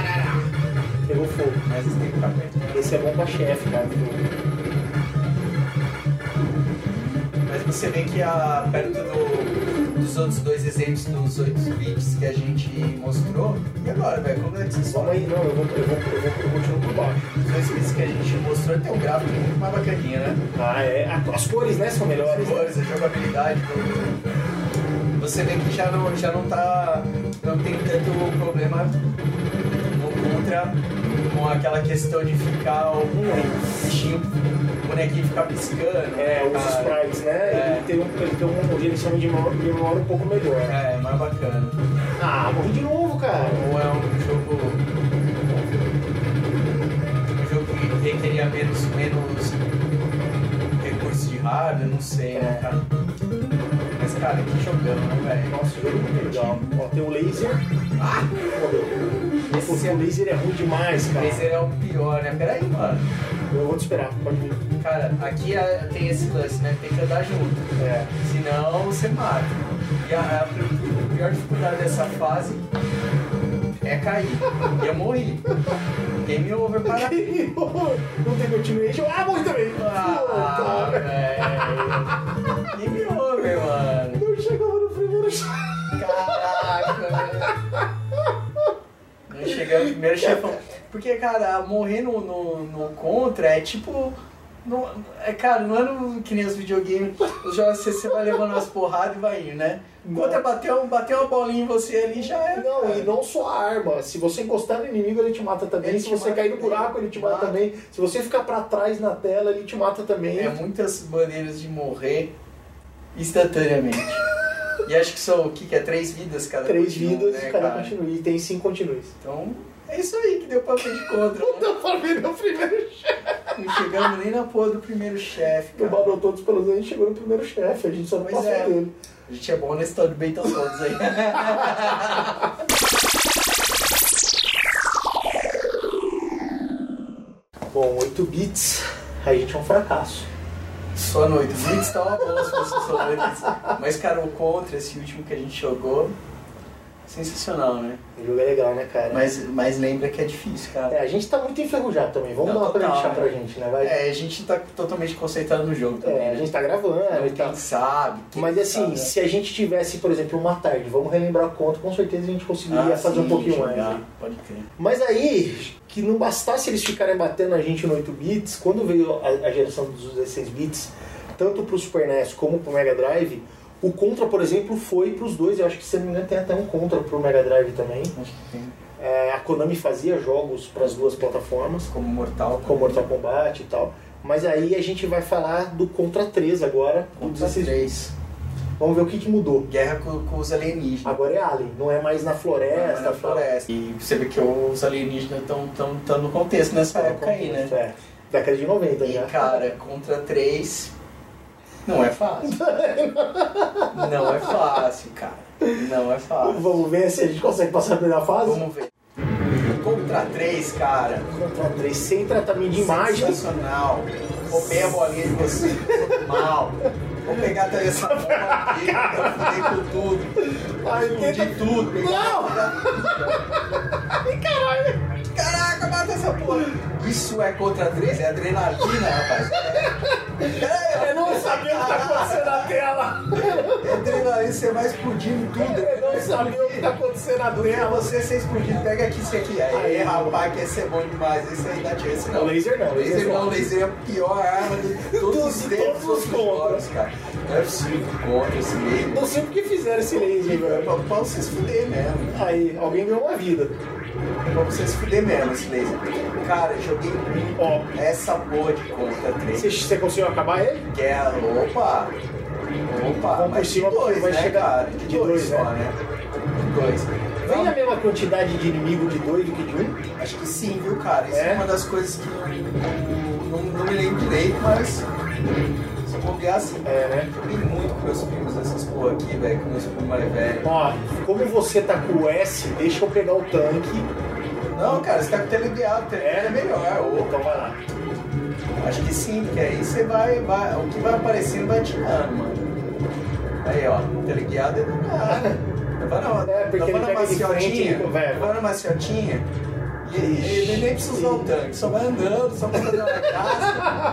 B: Pegou fogo.
C: Mas você tem que ficar apertando.
B: Esse é bom pra chefe, cara.
C: Mas você vê que a, perto do- dos outros dois exemplos dos 8 bits que a gente mostrou. E agora, velho? Como é que você
B: Vamos
C: sobe?
B: aí, não, eu vou, eu vou, eu vou, eu vou tirando por baixo.
C: Os 8 bits que a gente mostrou tem um gráfico muito mais bacaninha, né?
B: Ah, é. a- As cores, né, são melhores. né?
C: cores, a jogabilidade. tudo. Você vê que já não, já não tá. não tem tanto problema no contra com aquela questão de ficar o bichinho, o bonequinho ficar piscando.
B: É, os
C: cara.
B: sprites, né?
C: Ah, É.
B: Ele tem um, ele tem um direcionamento de memória, de memória um pouco melhor.
C: É, mais bacana.
B: Ah, morri de novo, cara.
C: Ou é um jogo. Um jogo que requeria menos, menos recursos de hardware, não sei, né, cara? Mas cara, que jogando, né, velho?
B: Nossa, jogo é muito legal. Ó, tem o laser.
C: Ah!
B: Pô,
C: Esse
B: Esse
C: é-
B: o laser é ruim demais, cara.
C: Esse é o pior, né? Peraí, mano.
B: Eu vou te esperar, pode vir.
C: Cara, aqui ah, tem esse lance, né? Tem que andar junto.
B: É.
C: Senão você mata. E a, a pri- a pior dificuldade dessa fase é cair. E eu morri. Game over para mim.
B: Não tem continuation. Ah, morri também.
C: Ah,
B: Pô, cara.
C: velho. Game over, mano.
B: Eu chegava no primeiro chefe.
C: Caraca, velho. Chegamos no primeiro chefão. Porque, cara, morrer no, no, no contra é tipo. Não, é, cara, não é no, que nem os videogames. Os jogos você, você vai levando umas porradas e vai indo, né?
B: Não.
C: Contra bateu, bateu uma bolinha em você ali já era.
B: Não,
C: cara.
B: e não só a arma. Se você encostar no inimigo, ele te mata também.
C: Ele
B: Se
C: te
B: você
C: mata
B: cair no
C: também.
B: buraco, ele te mata,
C: Mata.
B: também. Se você ficar pra trás na tela, ele te mata também.
C: É muitas maneiras de morrer instantaneamente. E acho que são o que, que é? Três vidas cada
B: Três
C: continua,
B: vidas
C: né,
B: e cada continua. E tem cinco continues.
C: Então, é isso aí que deu pra ver de contra. né?
B: Puta, falei no primeiro chefe.
C: Não chegamos nem na porra do primeiro chefe,
B: O
C: cara.
B: Babel todos pelo menos a gente chegou no primeiro chefe. A gente só não
C: Pois
B: passou
C: é.
B: dele.
C: A gente é bom na história do Bento Todos aí.
B: Bom, 8 bits, a gente é um fracasso.
C: Só noite. Os links tá uma boa se vocês são noites. Mas, cara, o Contra, esse último que a gente jogou, sensacional, né?
B: O jogo é legal, né, cara?
C: Mas, mas lembra que é difícil, cara.
B: É, a gente tá muito enferrujado também. Vamos
C: Não,
B: dar uma pra
C: total,
B: deixar
C: né?
B: pra gente, né? Vai. É,
C: É, a gente tá totalmente concentrado no jogo também.
B: a
C: né?
B: gente tá gravando e
C: Quem
B: tal.
C: sabe? quem
B: Mas assim,
C: sabe, né?
B: se a gente tivesse, por exemplo, uma tarde, vamos relembrar o conto, com certeza a gente conseguiria
C: Ah,
B: fazer um
C: sim,
B: pouquinho mais.
C: jogar,
B: né?
C: Pode crer.
B: Mas aí, que não bastasse eles ficarem batendo a gente no 8 bits, quando veio a, a geração dos 16 bits, tanto pro Super NES como pro Mega Drive, o Contra, por exemplo, foi pros dois. Eu acho que, se não me engano, tem até um Contra pro Mega Drive também.
C: Acho que tem.
B: É, a Konami fazia jogos para as duas plataformas,
C: Como Mortal. né?
B: como Mortal Kombat e tal. Mas aí a gente vai falar do Contra 3 agora. do
C: Contra
B: 16.
C: 3.
B: Vamos ver o que, que mudou.
C: Um Guerra com, com os alienígenas.
B: Agora é Alien, não é mais na floresta.
C: na floresta. E você vê que os alienígenas estão tão, tão no contexto nessa época aí, né?
B: É, década de 90 já.
C: E, cara, contra três não é fácil. Não é fácil, cara. Não é fácil.
B: Vamos ver se a gente consegue passar a primeira fase.
C: Vamos ver. Contra três, cara.
B: Contra 3 sem tratamento de imagem.
C: Sensacional. Roubei a bolinha de você. Mal. Vou pegar até essa bomba aqui. Eu fudei com tudo.
B: Ai,
C: Explodi
B: tenta-
C: tudo. peguei
B: Não!
C: tudo. Caraca, mata essa porra. Isso é contra três? É adrenalina, rapaz. É, Caralho,
B: Eu não sabia o que tá acontecendo na tela.
C: é Adrenalina, você vai explodindo tudo.
B: Eu não sabia o que tá acontecendo na
C: Pra
B: tela.
C: você ser explodido, pega aqui, isso aqui. Aí,
B: Aí,
C: rapaz, que esse é bom demais. Esse aí dá chance, não.
B: É Laser não, laser
C: Laser não,
B: não.
C: laser é a pior arma de
B: Todos-
C: todos os tempos,
B: todos os
C: todos os jogos, cara. Não é possível que contra esse meio.
B: Não sei por que fizeram esse laser,
C: É
B: velho.
C: pra, pra você se fuder mesmo.
B: Aí, alguém ganhou uma vida.
C: É pra você se fuder mesmo esse laser. Cara, joguei muito
B: Ó,
C: essa porra de contra 3.
B: você, você conseguiu acabar ele?
C: Guerra, é, opa! Opa,
B: Vamos por
C: mas
B: cima,
C: de dois,
B: vai
C: né,
B: chegar-
C: cara? De,
B: de
C: dois
B: dois,
C: só,
B: né?
C: né? De dois.
B: Vem a mesma quantidade de inimigo de dois do que de um?
C: Acho que sim, viu, cara? Isso é,
B: É?
C: uma das coisas que eu não, não me lembro direito, mas se eu bobear assim,
B: É, né?
C: joguei muito com meus primos essas porra aqui, velho, com meus primos mais velhos.
B: Ó, como você tá com o S, deixa eu pegar o tanque.
C: Não, cara, você tá com o teleguiado, o teleguiado é melhor. Ou,
B: Então vai lá.
C: acho que sim, porque aí você vai, vai, o que vai aparecendo vai tirando, mano. Aí, ó, o teleguiado é do Tá nada. Vai na,
B: É, porque
C: vai
B: ele
C: na
B: pega de frente,
C: maciotinha,
B: ele- velho.
C: vai na maciotinha, e ele ele nem precisa usar o tanque, só vai andando, só vai fazer uma graça.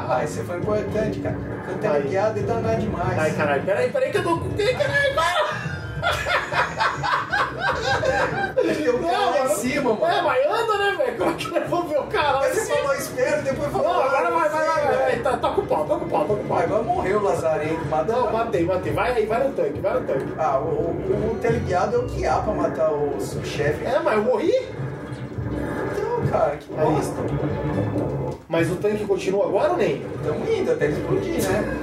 C: Ai, você foi importante, cara. Foi teleguiado e danar demais.
B: Ai, caralho, peraí, peraí que eu tô com quem, caralho, para!
C: Tem um cara lá em
B: mano.
C: cima, mano.
B: É, mas anda, né, velho? Como é que eu vou ver o caralho?
C: Aí você falou espera, depois falou. "Ah,
B: Não, agora vai, vai, vai, vai,
C: vai.
B: vai. Tá, tá com o pau, tá com o pau, tá com o pau.
C: Agora morreu o Lazarento, matou.
B: Não, matei, matei. Vai aí, vai no tanque, vai no tanque.
C: Ah, o, o, o teleguiado é o que há pra matar o subchefe.
B: É, mas eu morri?
C: Então, cara, que bosta.
B: Mas o tanque continua agora ou nem?
C: Tamo indo até ele explodir, né?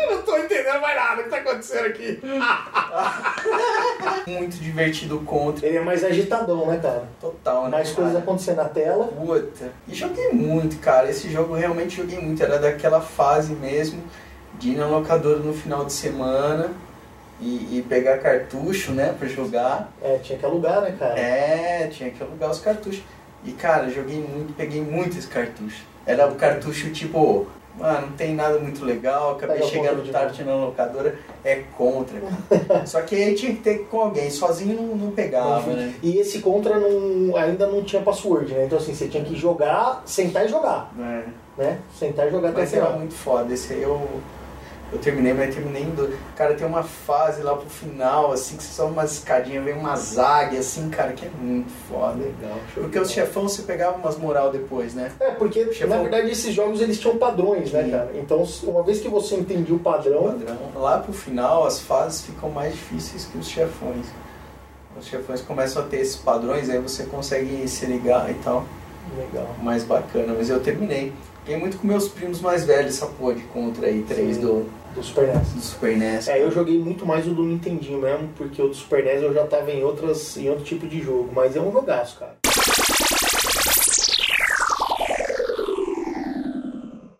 B: Eu não tô entendendo mais nada o que tá acontecendo aqui.
C: Muito divertido contra.
B: Ele é mais agitadão, né, cara?
C: Total, né?
B: Mais
C: cara?
B: coisas acontecendo na tela.
C: Puta. E joguei muito, cara. Esse jogo eu realmente joguei muito. Era daquela fase mesmo de ir na locadora no final de semana e, e pegar cartucho, né? Pra jogar.
B: É, tinha que alugar, né, cara?
C: É, tinha que alugar os cartuchos. E cara, joguei muito, peguei muitos cartuchos. Era o cartucho tipo, ah, não tem nada muito legal, acabei
B: Pega a
C: chegando
B: conta de
C: tarde na locadora, é contra. cara. Só que aí tinha que ter com alguém, sozinho não, não pegava, né?
B: E esse contra não- ainda não tinha password, né? Então assim, você tinha que jogar, sentar e jogar,
C: É.
B: né? Sentar e jogar até
C: Mas é era
B: final.
C: muito foda, esse aí eu, eu terminei, mas terminei em dois. Cara, tem uma fase lá pro final, assim, que você sobe umas escadinhas, vem uma zague, assim, cara, que é muito foda.
B: Legal, show
C: Porque
B: de
C: os
B: bola.
C: chefão você pegava umas moral depois, né?
B: É, porque
C: Chefão.
B: na verdade esses jogos eles tinham padrões, né,
C: Sim.
B: cara? Então, uma vez que você entendia o padrão,
C: padrão. Lá pro final as fases ficam mais difíceis que os chefões. Os chefões começam a ter esses padrões, aí você consegue se ligar e tal.
B: legal.
C: Mais bacana, mas eu terminei. Fiquei muito com meus primos mais velhos, essa porra de contra aí, três
B: Sim.
C: do,
B: Do Super NES.
C: do Super NES.
B: É, eu joguei muito mais o do Nintendinho mesmo, porque o do Super NES eu já tava em, outras, em outro tipo de jogo, mas é um jogaço, cara.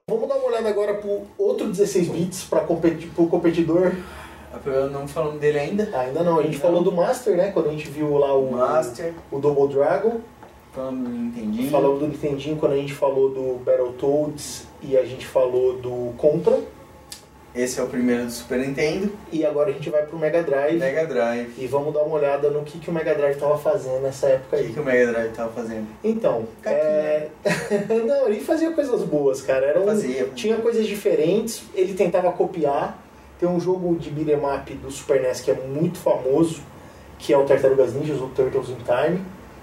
B: Vamos dar uma olhada agora pro outro 16 bits para pro competidor. Ah,
C: Eu Ah, não falamos dele ainda.
B: Ainda não, a gente
C: Não.
B: falou do Master, né? Quando a gente viu lá
C: O
B: o
C: Master,
B: o Double Dragon,
C: falamos do Nintendinho.
B: falamos do Nintendinho quando a gente falou do Battletoads e a gente falou do Contra.
C: Esse é o primeiro do Super Nintendo.
B: E agora a gente vai pro Mega Drive
C: Mega Drive.
B: e vamos dar uma olhada no que, que o Mega Drive tava fazendo nessa época
C: O
B: aí.
C: que, que o Mega Drive tava fazendo?
B: Então,
C: Caquinha.
B: é... não, ele fazia coisas boas, cara. Era um-
C: Fazia.
B: Tinha coisas diferentes, ele tentava copiar. Tem um jogo de beat'em up do Super NES que é muito famoso, que é o Tartarugas Ninjas, ou Turtles in Time.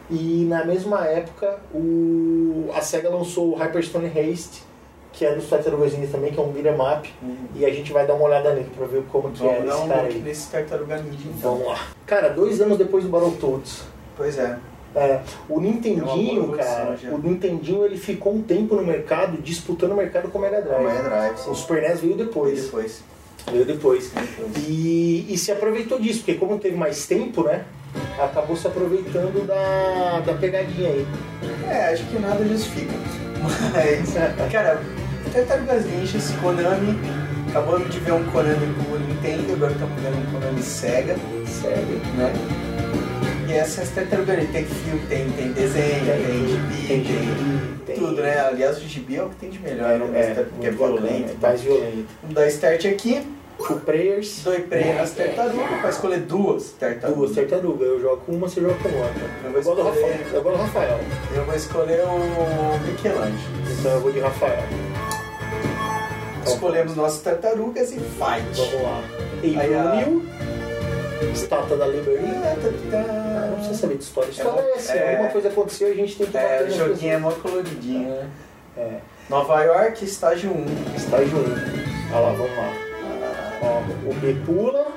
B: E na mesma época, o... a SEGA lançou o Hyperstone Haste, que é dos Tartarugas Ninjas também, que é um beat'em up.
C: Hum.
B: E a gente vai dar uma olhada nele pra ver como que é
C: Vamos dar
B: esse
C: um
B: cara
C: look
B: aí.
C: nesse Tartaruga Ninja então.
B: Vamos lá. Cara, dois anos depois do Battletoads,
C: Pois é.
B: É, o
C: É uma
B: Nintendinho,
C: boa
B: cara,
C: evolução, já.
B: o Nintendinho ele ficou um tempo no mercado disputando o mercado com o Mega
C: O
B: Drive.
C: Mega Drive,
B: O
C: sim.
B: Super NES veio depois.
C: Depois.
B: Veio depois.
C: Depois.
B: E, e se aproveitou disso, porque como teve mais tempo, né? Acabou se aproveitando da, da pegadinha aí.
C: É, acho que nada justifica. Mas, cara, Tartarugas Ninjas, Konami, acabamos de ver um Konami com o Nintendo, agora estamos vendo um Konami Sega,
B: Sério.
C: né? E essas tartarugas tem filme, tem, tem desenho, tem gibi, tem, tudo, né? Aliás, o gibi é o que tem de melhor, né?
B: É,
C: porque é violento.
B: É mais violento.
C: Vamos dar start aqui,
B: O Prayers,
C: doi prêmio nas tartarugas, pra escolher duas tartarugas.
B: duas tartarugas. Eu jogo com uma, você joga com outra.
C: Eu
B: Eu
C: vou
B: gosto do
C: escolher-
B: Rafael. Eu gosto do Rafael.
C: Eu vou escolher o Michelangelo.
B: Então eu vou de Rafael.
C: Então, Escolhemos nossas tartarugas e fight!
B: Então, Vamos lá. E
C: Aí a-
B: April New, Estátua da Liberty. Ah, Não precisa saber de história. História é, essa.
C: É.
B: Alguma coisa aconteceu e a gente tem que
C: É,
B: bater
C: o
B: nas
C: joguinho é mó coloridinho, né?
B: É.
C: Nova York, estágio 1.
B: pessoas. Estágio 1. Olha lá, vamos lá. Ó, o B pula,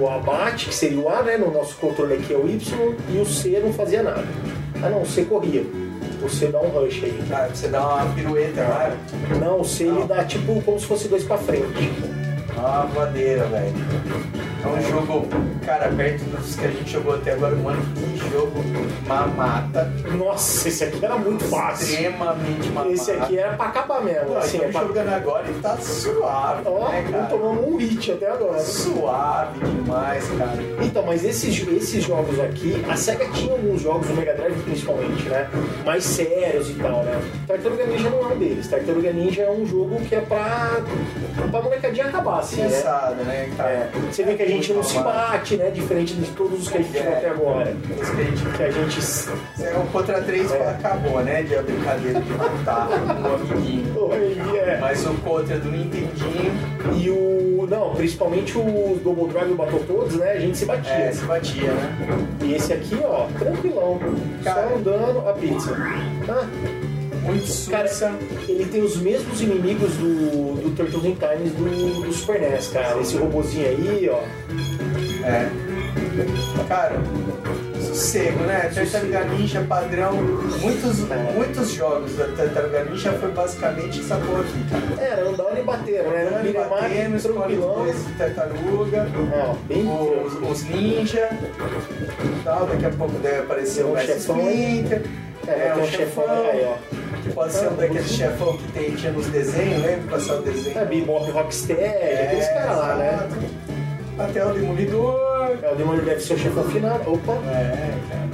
B: o abate, que seria o A, né? No nosso controle aqui é o Y, e o C não fazia nada. Ah não, o C corria. O C dá um rush aí.
C: Ah, você dá uma
B: Tá.
C: pirueta lá,
B: Não, o C ele
C: Não.
B: dá tipo como se fosse dois pra frente.
C: É uma voadeira, velho. É um jogo, cara, perto dos que a gente jogou até agora, mano, que jogo mamata.
B: Nossa, esse aqui era muito fácil.
C: Extremamente mamata.
B: Esse aqui era pra acabar mesmo.
C: Não, então
B: Assim, é
C: estamos
B: pra...
C: jogando agora e tá suave,
B: Ó,
C: né,
B: não
C: cara?
B: tomamos um hit até agora.
C: Suave demais, cara.
B: Então, mas esses, esses jogos aqui, a SEGA tinha alguns jogos, no Mega Drive principalmente, né? Mais sérios e tal, né? Tartaruga Ninja não é um deles. Tartaruga Ninja é um jogo que é pra, pra molecadinha acabar, assim, né?
C: Pensado, né, cara?
B: É. Você vê que a gente não se bate, né? Diferente de todos os que a gente viu até agora.
C: Os que a gente
B: Que a gente.
C: É um contra três
B: É.
C: acabou, né? De a brincadeira de matar o amiguinho.
B: Oi, é.
C: Mas o contra do Nintendinho
B: E o. Não, principalmente o Double Drive e o Battletoads, né? A gente se batia.
C: é, se batia, né?
B: E esse aqui, ó, tranquilão.
C: Cara.
B: Só andando a pizza. Ah,
C: Muito
B: Cara,
C: sussa.
B: ele tem os mesmos inimigos do, do Turtles in Times do, do Super NES, cara. Esse robozinho aí, ó.
C: É. Cara, sossego, né? Tartaruga Ninja padrão. Muitos, muitos jogos da Tartaruga Ninja foi basicamente essa porra aqui, cara.
B: Era, É, andaram e bateram, né? Era
C: Batendo,
B: Miramar,
C: escolhe
B: tranquilão. Ah,
C: dois de tartaruga,
B: Ó, bem
C: os, os ninja, tal, daqui a pouco deve aparecer
B: Um
C: o Mestre
B: chefão.
C: Splinter,
B: É,
C: é,
B: tem
C: um
B: um chefão É. aí, ó.
C: Que pode ser um daqueles chefão que tem, tinha nos desenhos, lembra? que Passava o desenho.
B: É, Bebop Rocksteady,
C: É,
B: aqueles caras lá, né?
C: exato. Até o Demolidor.
B: É, o demônio deve ser o chefão final. Opa,
C: É, cara.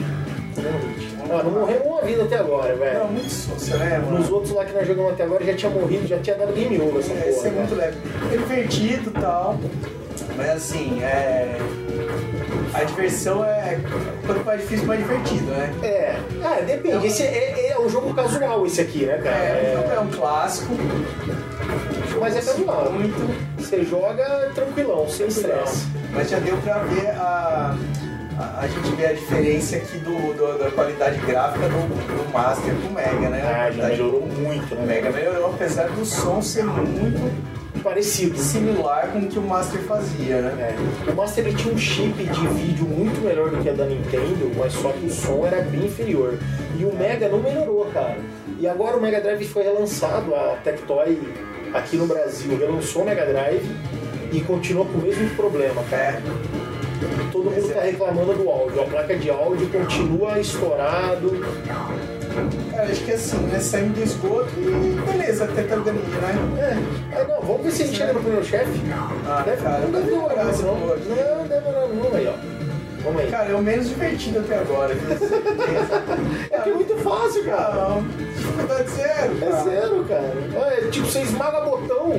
B: não, é. não, não morreu uma vida até agora,
C: Não,
B: velho.
C: muito sussa, né, mano?
B: Nos outros lá que nós jogamos até agora já tinha morrido, já tinha dado game over essa
C: É, Esse
B: porra.
C: é muito
B: né?
C: leve. É divertido e tal. Mas assim, é. A diversão é. Quanto mais difícil, mais divertido, né?
B: É, ah, depende. Esse é, é, é um jogo casual esse aqui, né, cara?
C: É, o jogo é um clássico.
B: Mas é casual.
C: Muito.
B: Você joga tranquilão, sem estresse.
C: Mas já deu pra ver a. A, a gente vê a diferença aqui do, do- da qualidade gráfica do, do Master pro Mega, né? A
B: Ah, já
C: qualidade
B: melhorou muito,
C: do
B: né?
C: Mega melhorou, apesar do som ser muito
B: É, Parecido.
C: similar com o que o Master fazia, né?
B: É. O Master ele tinha um chip de vídeo muito melhor do que a da Nintendo, mas só que o som era bem inferior. E o Mega não melhorou, cara. E agora o Mega Drive foi relançado, a Tectoy aqui no Brasil relançou o Mega Drive e continuou com o mesmo problema, cara.
C: É,
B: Todo mundo tá reclamando do áudio. A placa de áudio continua estourado.
C: cara, acho que assim, né? Saímos do esgoto e beleza, até tá dando, né?
B: É, é não, vamos ver se a gente chega no primeiro chefe.
C: Ah,
B: Deve-
C: cara,
B: não
C: vai
B: deve demorar,
C: demorar esse
B: não.
C: pouco aqui.
B: Não, demora não, aí, ó. Vamos aí.
C: Cara, é o menos divertido até agora, viu?
B: É que é muito fácil, cara.
C: Não, dificuldade zero.
B: É
C: cara.
B: zero, cara. Olha, É tipo, você esmaga botão.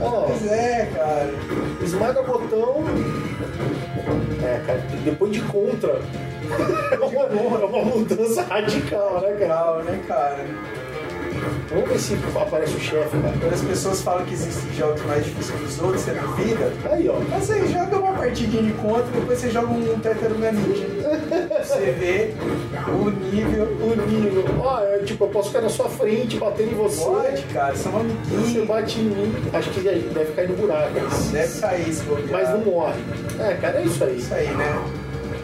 B: Ó,
C: Pois é, cara.
B: esmaga botão. É, cara, depois de contra. É uma, é uma mudança radical, né, cara?
C: Legal, né, cara?
B: Vamos ver se aparece o chefe, cara.
C: Quando as pessoas falam que existem jogos mais difíceis que os outros, você duvida?
B: Aí, ó.
C: Mas Você joga uma partidinha de contra, depois você joga um Tartaruga Ninja. Você vê o nível.
B: O nível. Ó, é, tipo, eu posso ficar na sua frente, batendo em você.
C: Pode, cara, são
B: Você
C: amiguinhos.
B: bate em mim. Acho que deve cair no buraco.
C: Deve sair esse bobear.
B: um. Mas não morre. É, cara, é isso aí.
C: Isso aí, né?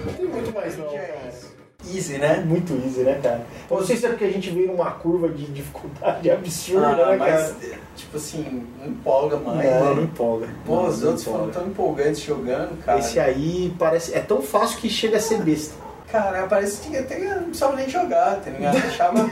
B: Não tem muito mais, não,
C: Que é
B: cara.
C: isso. easy, né?
B: Muito easy, né, cara? Eu não sei se é porque a gente veio numa curva de dificuldade absurda,
C: Ah,
B: né,
C: mas,
B: cara?
C: tipo assim, não empolga mais,
B: Não, não
C: né?
B: empolga.
C: Pô,
B: Não,
C: os
B: não
C: outros foram
B: empolga.
C: tão empolgantes jogando, cara.
B: Esse aí parece. É tão fácil que chega a ser besta.
C: Cara, parece que até não precisava nem jogar, tá ligado? Eu Achava o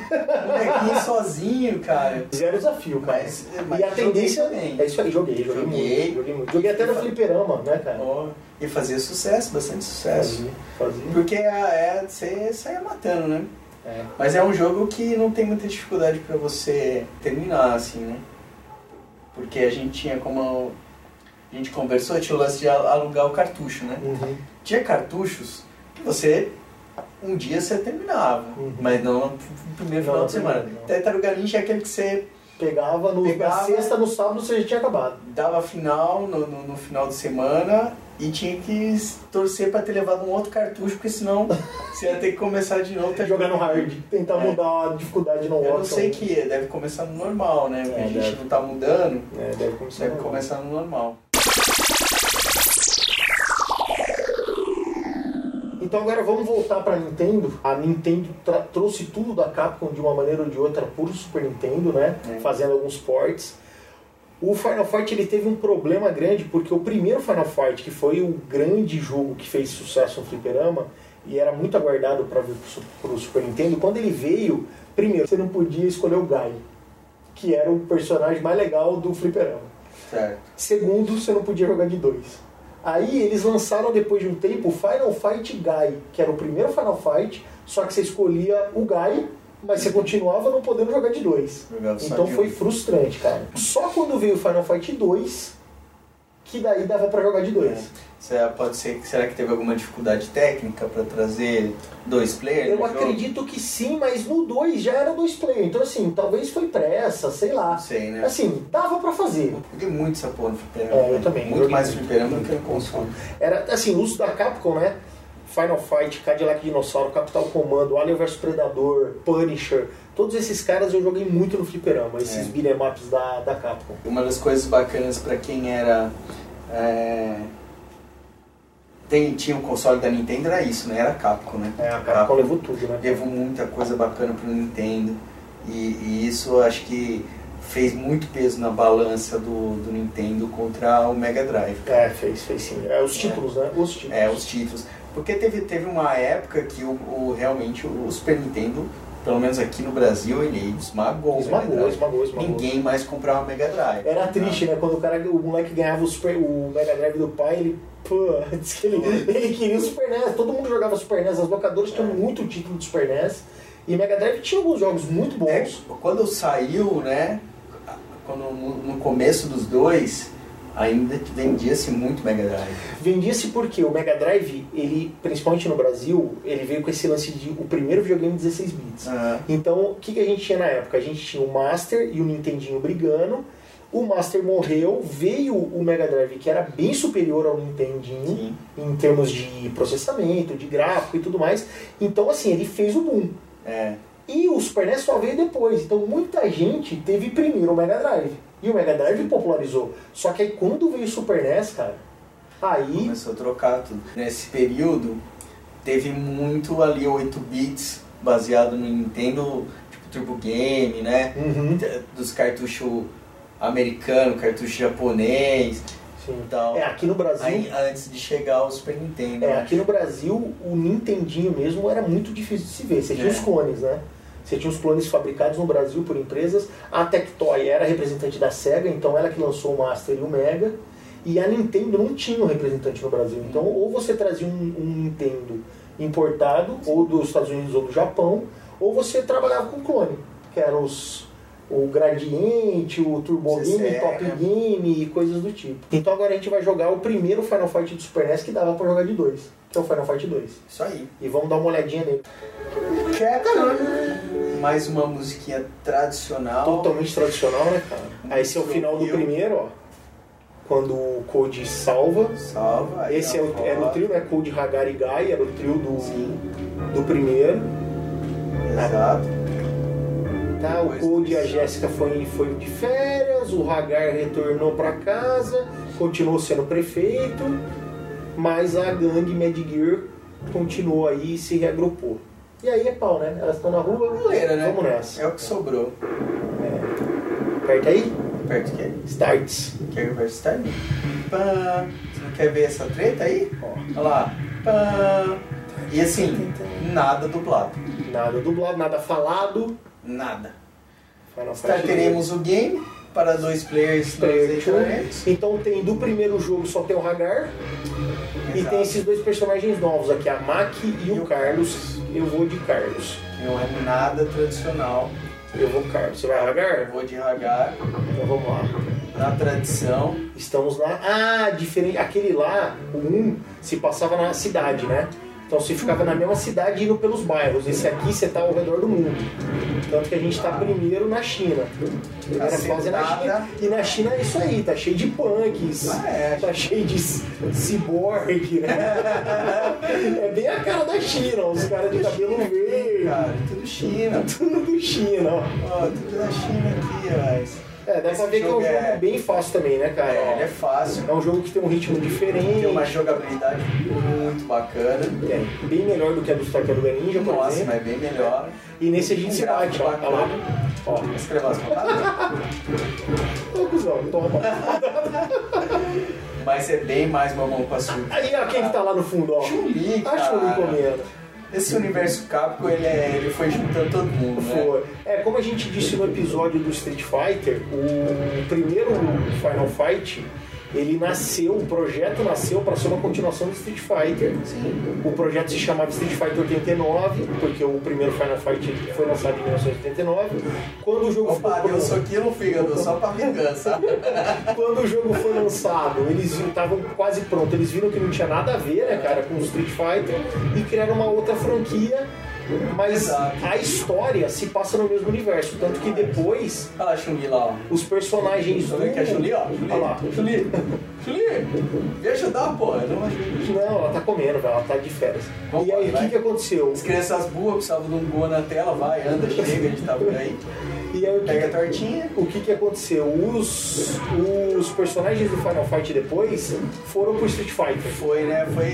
C: molequinho sozinho, cara.
B: Zero desafio, cara.
C: Mas, É, mas
B: e a tendência
C: joguei
B: é
C: também.
B: isso aí, joguei, joguei,
C: Joguei.
B: muito, joguei muito. Joguei até no fliperama, né, cara?
C: Ó, E fazia sucesso, bastante sucesso.
B: Fazia, fazia.
C: Porque é, é, você saia matando, né?
B: É.
C: Mas é um jogo que não tem muita dificuldade pra você terminar, assim, né? Porque a gente tinha como. A gente conversou, tinha o lance de alugar o cartucho, né?
B: Uhum.
C: Tinha cartuchos que você. Um dia você terminava,
B: Uhum.
C: mas não no primeiro
B: Não,
C: final de semana.
B: não.
C: Tartaruga Ninja é aquele que você
B: Pegava, né? no,
C: Pegava.
B: na sexta, no sábado você já tinha acabado.
C: dava final no, no, no final de semana e tinha que s- torcer pra ter levado um outro cartucho, porque senão você ia ter que começar de novo.
B: Até
C: Tá
B: jogar no hard, tentar
C: É.
B: mudar a dificuldade no
C: Eu
B: option.
C: não sei que é, deve começar no normal, né? Porque
B: É,
C: a gente
B: deve.
C: não tá mudando,
B: É, deve começar.
C: deve
B: agora.
C: começar no normal.
B: Então agora vamos voltar pra Nintendo. A Nintendo tra- trouxe tudo da Capcom de uma maneira ou de outra pro Super Nintendo, né?
C: É.
B: Fazendo alguns ports. O Final Fight ele teve um problema grande porque o primeiro Final Fight, que foi o grande jogo que fez sucesso no fliperama e era muito aguardado para vir pro su- pro Super Nintendo, quando ele veio, primeiro você não podia escolher o Guy, que era o personagem mais legal do fliperama.
C: Certo.
B: Segundo, você não podia jogar de dois. Aí eles lançaram depois de um tempo o Final Fight Guy, que era o primeiro Final Fight, só que você escolhia o Guy, mas você continuava não podendo jogar de dois.
C: Jogava só
B: então
C: de
B: foi
C: um.
B: frustrante, cara. Só quando veio o Final Fight 2, que daí dava pra jogar de dois.
C: Será, é, pode ser, que- será que teve alguma dificuldade técnica pra trazer dois players?
B: Eu
C: no jogo?
B: acredito que sim, mas no 2 já era dois player. Então assim, talvez foi pressa, sei
C: Não
B: lá.
C: sei, né?
B: Assim, dava pra fazer.
C: Eu joguei muito essa porra no fliperama.
B: É, eu
C: né?
B: também.
C: Muito
B: joguei
C: mais fliperama do que no console.
B: Era assim, o uso da Capcom, né? Final Fight, Cadillac Dinossauro, Capital Comando, Alien vs Predador, Punisher, todos esses caras eu joguei muito no fliperama, esses
C: É.
B: beat'em ups da, da Capcom.
C: Uma das coisas bacanas pra quem era. é, tem- tinha o console da Nintendo era isso, né? Era a Capcom, né?
B: É, a Capcom levou tudo, né?
C: levou muita coisa bacana pro Nintendo. E, e isso eu acho que fez muito peso na balança do, do Nintendo contra o Mega Drive.
B: É, fez, fez sim. É, os títulos, né? Os títulos.
C: É, os títulos. Porque teve, teve uma época que o, o- realmente o Super Nintendo, pelo menos aqui no Brasil, ele esmagou, o Mega
B: Esmagou,
C: Drive.
B: esmagou, esmagou.
C: é Ninguém Ah. mais comprava o Mega Drive.
B: Era triste, né? Quando o cara, o moleque ganhava o, Super- o Mega Drive do pai, ele, pô, disse que ele, ele queria o Super NES. Todo mundo jogava Super NES, as locadoras
C: É.
B: tinham muito título de Super NES. E Mega Drive tinha alguns jogos muito
C: É,
B: bons.
C: quando saiu, né? Quando, no, no começo dos dois, ainda vendia-se muito Mega Drive.
B: Vendia-se porque o Mega Drive, ele, principalmente no Brasil, ele veio com esse lance de o primeiro videogame 16 bits. Então, o que, que a gente tinha na época? A gente tinha o Master e o Nintendinho brigando. O Master morreu, veio o Mega Drive, que era bem superior ao Nintendinho
C: Sim.
B: em termos de processamento, de gráfico e tudo mais. Então, assim, ele fez o boom.
C: É,
B: E o Super NES só veio depois. Então muita gente teve primeiro o Mega Drive. E o Mega Drive popularizou. Só que aí quando veio o Super NES, cara, aí.
C: começou a trocar tudo. Nesse período, teve muito ali 8 bits baseado no Nintendo, tipo Turbo Game, né?
B: Uhum.
C: Dos cartuchos americano, cartucho japonês
B: Sim.
C: e tal.
B: É, aqui no
C: Aí,
B: Brasil.
C: antes de chegar ao Super Nintendo. né.
B: É, aqui no Brasil, o Nintendinho mesmo era muito difícil de se ver. Você tinha
C: É.
B: os clones, né? Você tinha os clones fabricados no Brasil por empresas. A Tectoy era representante da SEGA, então ela que lançou o Master e o Mega. E a Nintendo não tinha um representante no Brasil. Então, ou você trazia um, um Nintendo importado, ou dos Estados Unidos ou do Japão, ou você trabalhava com clone, que eram os. O Gradiente, o Turbo
C: CCR,
B: Game, Top
C: né?
B: Game e coisas do tipo. Então agora a gente vai jogar o primeiro Final Fight do Super NES que dava pra jogar de dois, que é o Final Fight 2.
C: Isso aí.
B: E vamos dar uma olhadinha nele.
C: Mais uma musiquinha tradicional.
B: Totalmente tradicional, né, cara? Esse é o final do primeiro, ó. Quando o Code salva.
C: Salva. aí
B: Esse é o,
C: a
B: era o
C: foto.
B: trio, né? Code Hagar e Gai, era o trio do,
C: Sim,
B: do primeiro.
C: exato.
B: Tá, o Cody e a Jéssica foi, foi de férias, o Hagar retornou pra casa, continuou sendo prefeito, mas a gangue Mad Gear continuou aí e se reagrupou. E aí é pau, né? Elas estão na rua.
C: Brasileira, né?
B: Vamos nessa.
C: É um- o que sobrou.
B: Aperta aí.
C: Perto que é.
B: Starts.
C: Quer ver se tá aí? Pá. Você não quer ver essa treta aí?
B: Ó,
C: Olha lá. Pá. E assim, nada dublado.
B: nada dublado, nada falado.
C: Nada.
B: Final Fight
C: Starteremos o game para dois players,
B: Player
C: dois né?
B: two.
C: equipamentos.
B: Então tem do primeiro jogo só tem o Hagar e
C: Exato.
B: tem esses dois personagens novos aqui, a Maki e o Carlos. Eu vou de Carlos.
C: Não é nada tradicional.
B: Eu vou Carlos. Você vai
C: Eu
B: Hagar?
C: vou de Hagar
B: Então vamos lá.
C: na tradição.
B: Estamos lá. Ah, diferente. Aquele lá, o 1, se passava na cidade, né? Então você ficava na mesma cidade indo pelos bairros. Esse aqui você tá ao redor do mundo. Tanto que a gente tá primeiro na China. Primeira fase é na China. E na China é isso aí, tá cheio de punks.
C: Ah, é.
B: Tá cheio de c- ciborgue, né? É bem a cara da China, os caras de cabelo verde.
C: Cara, tudo China.
B: Tudo China, ó.
C: Ó, tudo da China aqui, guys.
B: É, dá pra
C: Esse
B: ver que é um
C: jogo
B: jogo
C: é-
B: bem fácil também, né, cara?
C: É, ele é fácil.
B: É um jogo que tem um ritmo diferente.
C: Tem uma jogabilidade muito bacana.
B: É, bem melhor do que a do Tartaruga Ninja, por
C: Nossa,
B: exemplo.
C: mas um bem melhor.
B: E nesse a gente se bate, ó. Olha lá. Ó,
C: Escreva as palavras.
B: ô cuzão, toma.
C: Mas é bem mais mamão com açúcar.
B: Aí, ó, quem que tá lá no fundo, ó?
C: Chun-Li,
B: A Chun-Li
C: cara.
B: comendo.
C: Esse universo Capcom, ele, é, ele foi juntando todo mundo, né?
B: Foi. É, como a gente disse no episódio do Street Fighter, o primeiro Final Fight, ele nasceu, o projeto nasceu para ser uma continuação do Street Fighter.
C: Sim.
B: O projeto se chamava Street Fighter 89, porque o primeiro Final Fight foi lançado em 1989. Quando o jogo
C: Opa,
B: ficou
C: eu sou quilo fígado, só pra vingança.
B: Quando o jogo foi lançado, eles estavam quase pronto. Eles viram que não tinha nada a ver, né, cara, com Street Fighter e criaram uma outra franquia. Mas
C: Exato.
B: a história se passa no mesmo universo. Tanto que depois
C: Olha lá a Chun-Li lá, ó.
B: os personagens.
C: Tá vendo que é a Chun-Li, ó? Chun-Li.
B: Olha lá.
C: Chun-Li. Chun-Li, vem ajudar, porra. Eu não ajudo.
B: Não, ela tá comendo, velho, ela tá de férias.
C: Vamos
B: e aí, o
C: lá,
B: que,
C: vai.
B: que aconteceu?
C: As crianças burras precisavam de um gol na tela, vai, anda, chega, a gente tá por aí.
B: E aí, o que,
C: Pega a tortinha.
B: o que, que aconteceu? Os, os personagens do Final Fight depois foram pro Street Fighter.
C: Foi, né? Foi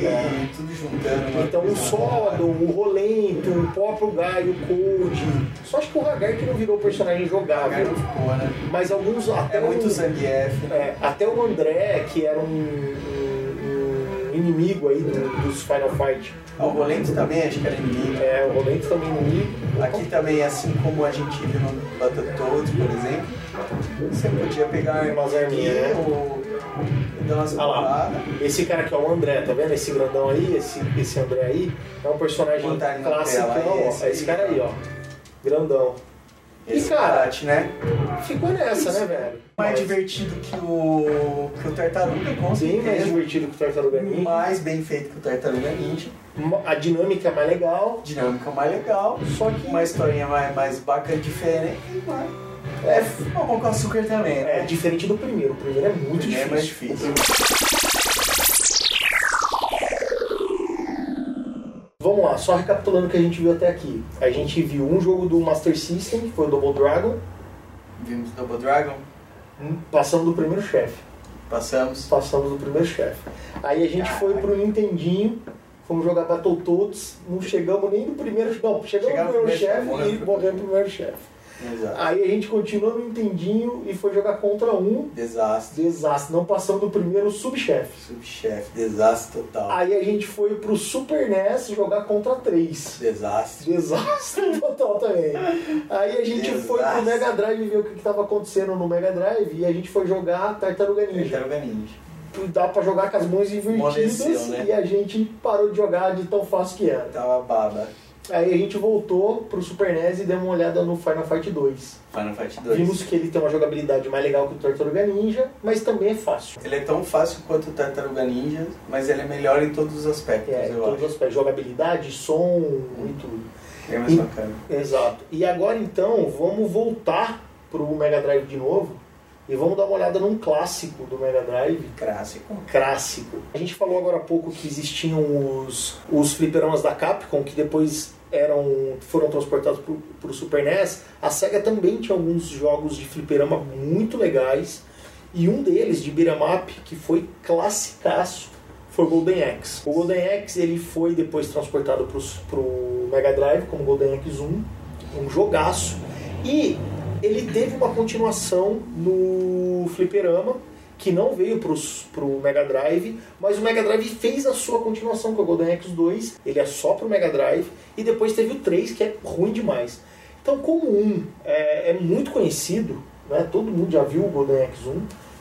C: tudo juntando. uma
B: Então o
C: coisa
B: Sodom, o Rolento, o próprio Gaio, o Cold. Só acho que o Hagar que não virou personagem
C: O cara não
B: jogável.
C: ficou, né?
B: Mas alguns até
C: É muito
B: o,
C: Zangief, né?
B: é, até o André, que era um, um- um inimigo aí do- dos Final Fight.
C: Ah, O Rolento também, acho que era inimigo.
B: É, o Rolento também inimigo.
C: Aqui também, assim como a gente viu no Battletoads, por exemplo, você podia pegar
B: Umas arminhas, né?
C: ou dar umas
B: Ah lá.
C: porradas.
B: Esse cara que é o André, tá vendo? Esse grandão aí, esse, esse André aí, é um personagem
C: Botar ele na
B: clássico.
C: tela,
B: ó. É
C: esse
B: Esse,
C: aí. tá.
B: cara aí, ó. Grandão. E cara,
C: karate, né?
B: ficou nessa, né, velho?
C: Mais divertido que o, que o Tartaruga, com
B: Bem mais
C: certeza.
B: divertido que o Tartaruga é Ninja.
C: Mais bem feito que o Tartaruga Ninja.
B: a dinâmica é mais legal,
C: Dinâmica mais legal.
B: só que
C: Uma historinha mais, mais bacana, diferente. e vai. É bom com açúcar também,
B: é
C: né?
B: diferente do primeiro. O primeiro é muito
C: Ele é
B: difícil.
C: mais difícil.
B: Vamos lá, só recapitulando o que a gente viu até aqui. A gente viu um jogo do Master System, que foi o Double Dragon,
C: Vimos Double Dragon, Hum.
B: passamos do primeiro chefe.
C: passamos.
B: Passamos do primeiro chefe. Aí a gente foi pro Nintendinho, fomos jogar Battletoads, não chegamos nem no primeiro Não, chegamos
C: Chegamos
B: no
C: no
B: primeiro chefe
C: primeiro chefe,
B: e morremos no primeiro chefe.
C: Exato.
B: Aí a gente continuou no Nintendinho e foi jogar contra um.
C: Desastre.
B: Desastre, não passamos do primeiro subchefe.
C: Subchefe, desastre total.
B: Aí a gente foi pro Super NES jogar contra 3.
C: Desastre.
B: Desastre total também. Aí a gente
C: Desastre.
B: foi pro Mega Drive ver o que, que tava acontecendo no Mega Drive e a gente foi jogar Tartaruga Ninja.
C: Tartaruga Ninja.
B: Dá pra jogar com as mãos invertidas
C: Amoleceu, É. né?
B: e a gente parou de jogar de tão fácil que era.
C: Tava baba.
B: Aí a gente voltou pro Super NES e deu uma olhada no Final Fight 2.
C: Final Fight 2.
B: Vimos que ele tem uma jogabilidade mais legal que o Tartaruga Ninja, mas também é fácil.
C: Ele é tão fácil quanto o Tartaruga Ninja, mas ele é melhor em todos os aspectos,
B: É,
C: eu
B: todos
C: acho.
B: os aspectos, jogabilidade, som e tudo.
C: É mais
B: E-
C: bacana.
B: Exato. E agora então, vamos voltar pro Mega Drive de novo e vamos dar uma olhada num clássico do Mega Drive.
C: Clássico.
B: um Clássico. A gente falou agora há pouco que existiam os, os fliperamas da Capcom, que depois eram foram transportados pro, pro Super NES. A SEGA também tinha alguns jogos de fliperama muito legais. E um deles, de beat'em up, que foi classicaço, foi o Golden Axe. O Golden Axe ele foi depois transportado pro, pro Mega Drive, como Golden Axe 1, um jogaço. E ele teve uma continuação no Fliperama, que não veio pros, pro Mega Drive, mas o Mega Drive fez a sua continuação, que é o Golden Axe 2, ele é só pro Mega Drive, e depois teve o 3, que é ruim demais. Então, como um é, é muito conhecido, né, todo mundo já viu o Golden Axe 1,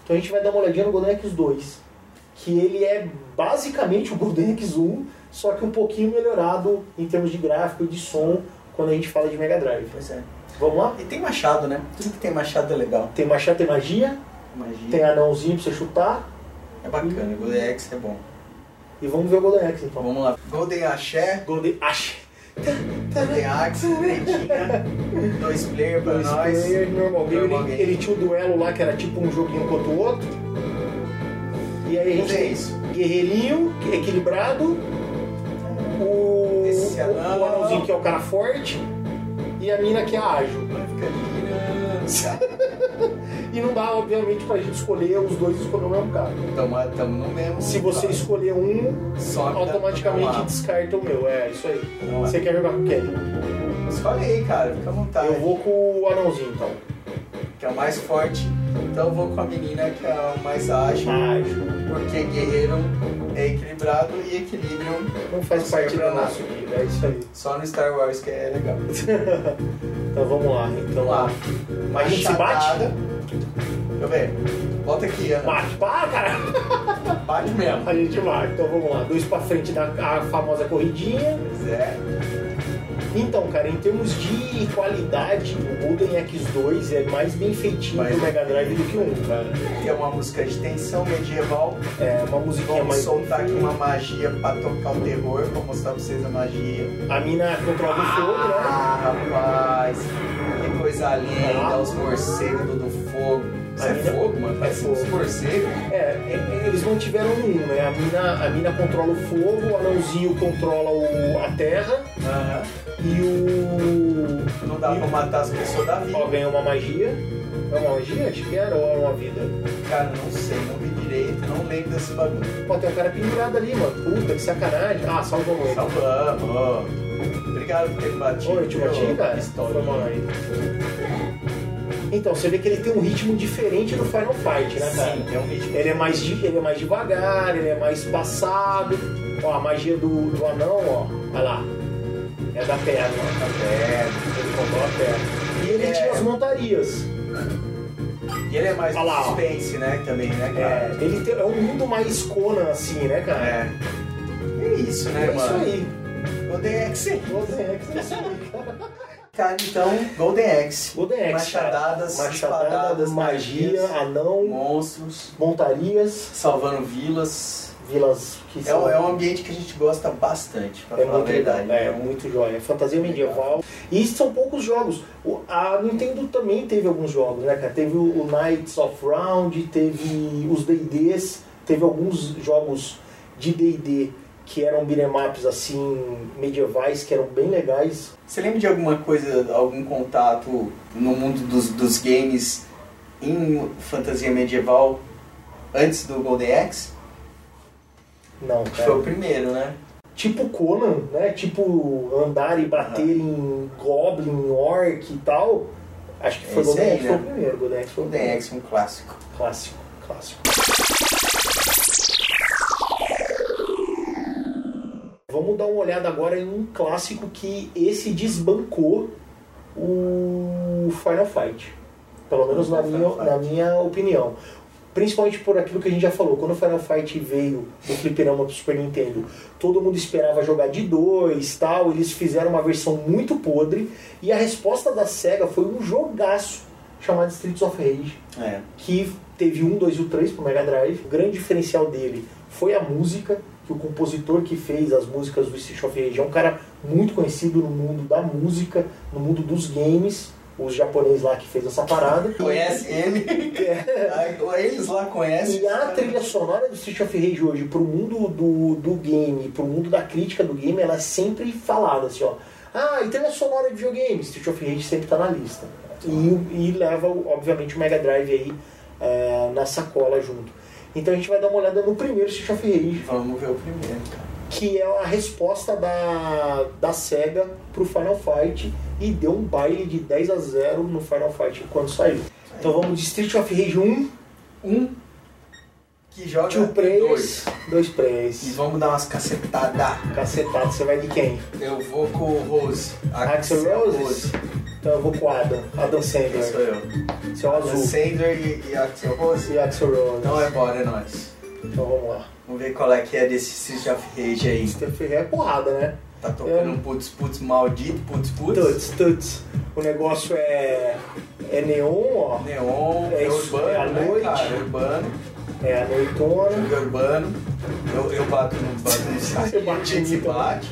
B: então a gente vai dar uma olhadinha no Golden Axe 2, que ele é basicamente o Golden Axe 1, só que um pouquinho melhorado em termos de gráfico e de som quando a gente fala de Mega Drive.
C: Pois é.
B: Vamos lá?
C: E tem machado, né? Tudo que tem machado é legal.
B: Tem machado, tem magia,
C: Magia.
B: tem anãozinho pra você chutar,
C: É bacana, Golden Axe é bom.
B: e vamos ver o Golden Axe então.
C: Vamos lá. Golden Axé,
B: Golden Axe.
C: Golden Axe, lentinha, dois player pra
B: Dois
C: nós.
B: player, normal game.
C: Normal
B: Ele,
C: game.
B: ele tinha o duelo lá que era tipo um joguinho contra o outro. E aí a gente
C: Não tem
B: tem
C: isso.
B: guerreirinho, equilibrado, o,
C: Esse
B: o-
C: anão.
B: o anãozinho que é o cara forte e a mina que é ágil.
C: Vai ficar girando.
B: E não dá, obviamente, pra gente escolher os dois e escolher o mesmo cara.
C: Tamo, tamo no mesmo.
B: Se você
C: Tá.
B: escolher um,
C: Sobe,
B: automaticamente
C: tá?
B: descarta o meu. É, isso aí.
C: Vamos tá- lá.
B: Você quer jogar com quem?
C: Escolhe aí, cara, fica à vontade.
B: Eu vou com o anãozinho, então.
C: Que é o mais forte. Então eu vou com a menina que é o mais ágil.
B: Ágil.
C: Porque guerreiro é equilibrado e equilíbrio
B: Não faz
C: Isso aí é
B: parte
C: pra
B: do
C: nós.
B: nosso time, é isso aí.
C: só no Star Wars que é legal.
B: Então vamos lá. Então,
C: Vamos lá.
B: Mas a gente se bate?
C: Machadada. Deixa eu ver. Volta aqui, Ana.
B: Bate, pá, cara!
C: Bate mesmo.
B: A gente bate, então vamos lá. Dois pra frente da a famosa corridinha.
C: Pois é.
B: Então, cara, em termos de qualidade, o Golden Axe 2 é mais bem feitinho
C: Mais né?
B: do Mega Drive do que o 1, cara.
C: Tem É uma música de tensão medieval.
B: É uma musiquinha
C: Vamos
B: mais.
C: soltar aqui uma magia pra tocar o terror. Vou mostrar pra vocês a magia.
B: A mina controla o fogo, né?
C: Ah, rapaz. Que coisa linda. Os morcegos do fogo. Isso é
B: Ainda-
C: fogo, mano. Parece uns morcegos.
B: É, é, eles mantiveram no 1, né? A mina, a mina controla o fogo, o anãozinho controla o- a terra e o.
C: Não dá pra matar as pessoas da vida.
B: Ó, ganhou uma magia. É uma magia? Acho que era ou era uma vida.
C: Cara, não sei. Não vi direito. Não lembro desse bagulho.
B: Pô, tem um cara pendurado ali, mano. Puta, que sacanagem. Ah, salvou o Salvou.
C: Salvamos. Obrigado por ter batido.
B: Ô, eu te bati,
C: viu,
B: cara.
C: pistolinha.
B: Foi mal aí. Então, você vê que ele tem um ritmo diferente do Final Fight, né, cara?
C: Sim, é um ritmo.
B: Ele é mais, de- ele é mais devagar, ele é mais passado. Ó, a magia do, do anão, ó. Olha lá. É da perna, ó. Da perna. Ele controla a perna. E ele
C: É.
B: tinha as montarias.
C: E ele é mais
B: Olha lá, ó.
C: suspense, né? Também, né,
B: É,
C: cara?
B: ele tem- é um mundo mais Conan, assim, né, cara?
C: É. É isso,
B: É
C: né,
B: isso
C: mano?
B: aí.
C: Golden Axe.
B: Golden Axe é isso aí, cara.
C: Cara, então, Golden Axe.
B: Golden Axe,
C: Machadadas,
B: Machadada,
C: espadadas,
B: magia,
C: magias.
B: anão,
C: Monstros.
B: montarias,
C: Salvando vilas.
B: vilas que
C: É, um-
B: são...
C: é um ambiente que a gente gosta bastante, pra
B: é
C: falar a
B: muito,
C: verdade. né?
B: é, muito joia. Fantasia medieval. E são poucos jogos. O- A Nintendo também teve alguns jogos, né, cara? Teve o o Knights of Round, teve os D&Ds, teve alguns jogos de D&D que eram beat'em ups, assim, medievais, que eram bem legais.
C: Você lembra de alguma coisa, algum contato no mundo dos, dos games em fantasia medieval antes do Golden Axe?
B: Não,
C: Que foi
B: cara.
C: o primeiro, né?
B: Tipo Conan, né? Tipo andar e bater em Goblin, Orc e tal. Acho que foi
C: Esse
B: Golden
C: aí,
B: Axe foi o
C: né?
B: primeiro. Golden Axe foi o
C: Golden
B: primeiro.
C: Axe, um clássico.
B: Clássico, clássico. Vamos dar uma olhada agora em um clássico que esse desbancou o Final Fight. Pelo menos na minha,
C: Final Fight.
B: na minha opinião. Principalmente por aquilo que a gente já falou. Quando o Final Fight veio do fliperama pro Super Nintendo, todo mundo esperava jogar de dois tal. Eles fizeram uma versão muito podre. E a resposta da SEGA foi um jogaço chamado Streets of Rage
C: É.
B: que teve um, dois e o três pro Mega Drive. O grande diferencial dele foi a música, que o compositor que fez as músicas do Street of Rage é um cara muito conhecido no mundo da música, no mundo dos games. Os japonês lá que fez essa parada. É.
C: Conhece ele? Ah, Eles lá conhecem.
B: E Assim, a trilha sonora do Street of Rage hoje, pro mundo do, do game, pro mundo da crítica do game, ela é sempre falada assim, ó. Ah, e trilha sonora de videogame, Street of Rage sempre tá na lista. E, o- e leva, obviamente, o Mega Drive aí é, eh, na sacola junto. Então a gente vai dar uma olhada no primeiro Street of Rage,
C: Vamos ver o primeiro, cara.
B: que é a resposta da, da SEGA pro Final Fight e deu um baile de 10 a 0 no Final Fight quando saiu. Então vamos de Street of Rage 1,
C: Um que joga
B: Two
C: dois.
B: Players, dois
C: E
B: Players.
C: vamos dar umas cacetadas.
B: Cacetado, você vai de quem?
C: Eu vou com o Rose.
B: Axel Roses? Então eu vou com o Adam, Adam
C: Quem sou
B: Sandler,
C: eu?
B: seu azul.
C: Sander e, e Axel Rose?
B: E Axel Rose.
C: Não é bora, é nóis.
B: Então vamos lá.
C: Vamos ver qual é que é desse Street of Rage aí.
B: Street of Rage é porrada, né?
C: Tá tocando um putz putz maldito, putz putz.
B: Tuts, tuts. O negócio é, é neon, ó.
C: Neon,
B: É
C: é
B: isso,
C: urbano,
B: é à
C: né,
B: noite.
C: cara? Urbano,
B: É a noitona.
C: jogo urbano. Eu, eu bato no bato no site,
B: Você bate
C: a gente
B: em
C: se
B: mim também.
C: bate.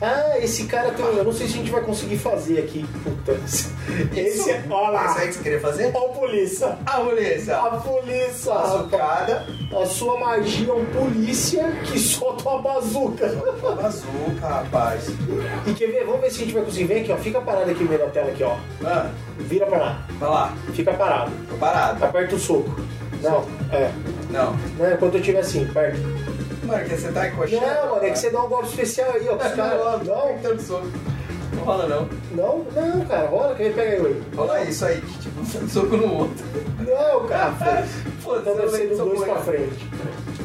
B: Ah, esse cara tem. Eu não sei se a gente vai conseguir fazer aqui. Puta. Esse é. Olha lá. Ah,
C: Isso aí que você queria fazer?
B: Ó a polícia.
C: A polícia!
B: A polícia.
C: A sucada,
B: A sua magia é um polícia que solta uma bazuca.
C: a bazuca, rapaz.
B: E quer ver? Vamos ver se a gente vai conseguir. Vem aqui, ó. Fica parado aqui no meio da tela aqui, ó.
C: Mano,
B: Vira pra lá.
C: vai lá,
B: Fica parado.
C: tô parado.
B: Aperta o soco. Não, é.
C: Não.
B: Não é quando eu tiver assim, perto.
C: Mano, que você tá encoxando.
B: Não, mano, é que você dá um golpe especial aí, ó. pros caras. Não,
C: Não, não, tanto um soco. Não rola não.
B: não, não, cara. Rola que ele pega eu aí.
C: Rola isso aí, tipo, um tanto soco no outro.
B: Não, cara. foda-se.
C: Pô,
B: Então deve ser dos dois pra frente.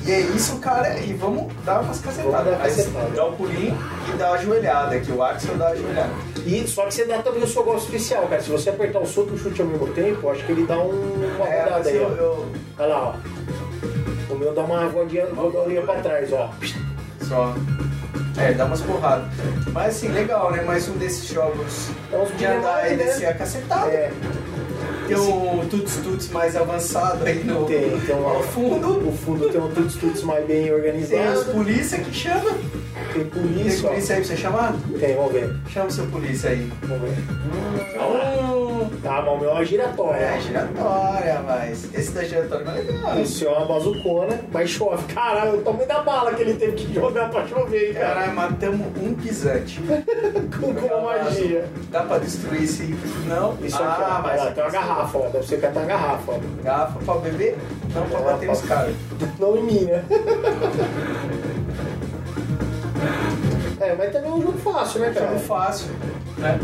C: E é isso, cara, e vamos dar umas
B: Vamos
C: cacetadas.
B: dar
C: Mas
B: cacetada.
C: Dá o pulinho e dá a ajoelhada, que o Axel dá a ajoelhada.
B: E só que você dá também o seu golpe especial, cara. Se você apertar o soco e o chute ao mesmo tempo, acho que ele dá um- uma
C: É, mas
B: rodada aí,
C: eu,
B: ó.
C: eu-
B: Olha lá, ó. O meu dá uma rodinha, rodolinha pra trás, ó.
C: Só. É, dá umas porradas. Mas assim, legal, né? Mais um desses jogos
B: É uns
C: de andar
B: beat'em
C: e
B: up, né?
C: descer a cacetada.
B: É,
C: Tem um tuts tuts mais avançado aí no,
B: tem, tem um uma-
C: no fundo.
B: O fundo tem um tuts tuts mais bem
C: Tem as
B: organizado.
C: polícia que chama.
B: Tem
C: Tem
B: polícia, ó.
C: polícia aí pra você chamar?
B: Tem, vamos ver.
C: Chama o seu polícia aí.
B: Vamos ver.
C: Hum,
B: Tá, mas o meu é uma
C: é,
B: giratória.
C: giratória, mas. Esse da giratória não é legal.
B: O seu é uma bazucona, mas chove. Caralho, o tamanho da bala que ele teve que jogar pra chover, hein, cara.
C: Caralho, matamos um pisante.
B: Com, com uma magia.
C: Dá pra destruir esse? Não.
B: Isso
C: ah,
B: aqui, ó.
C: mas
B: Olha lá, tem uma garrafa, ó. Dá pra você catar é uma garrafa, ó.
C: Garrafa pra beber? Não, pra bater nos caras.
B: Não em mim, né? É, mas também é um jogo fácil, né, cara?
C: Jogo fácil, né?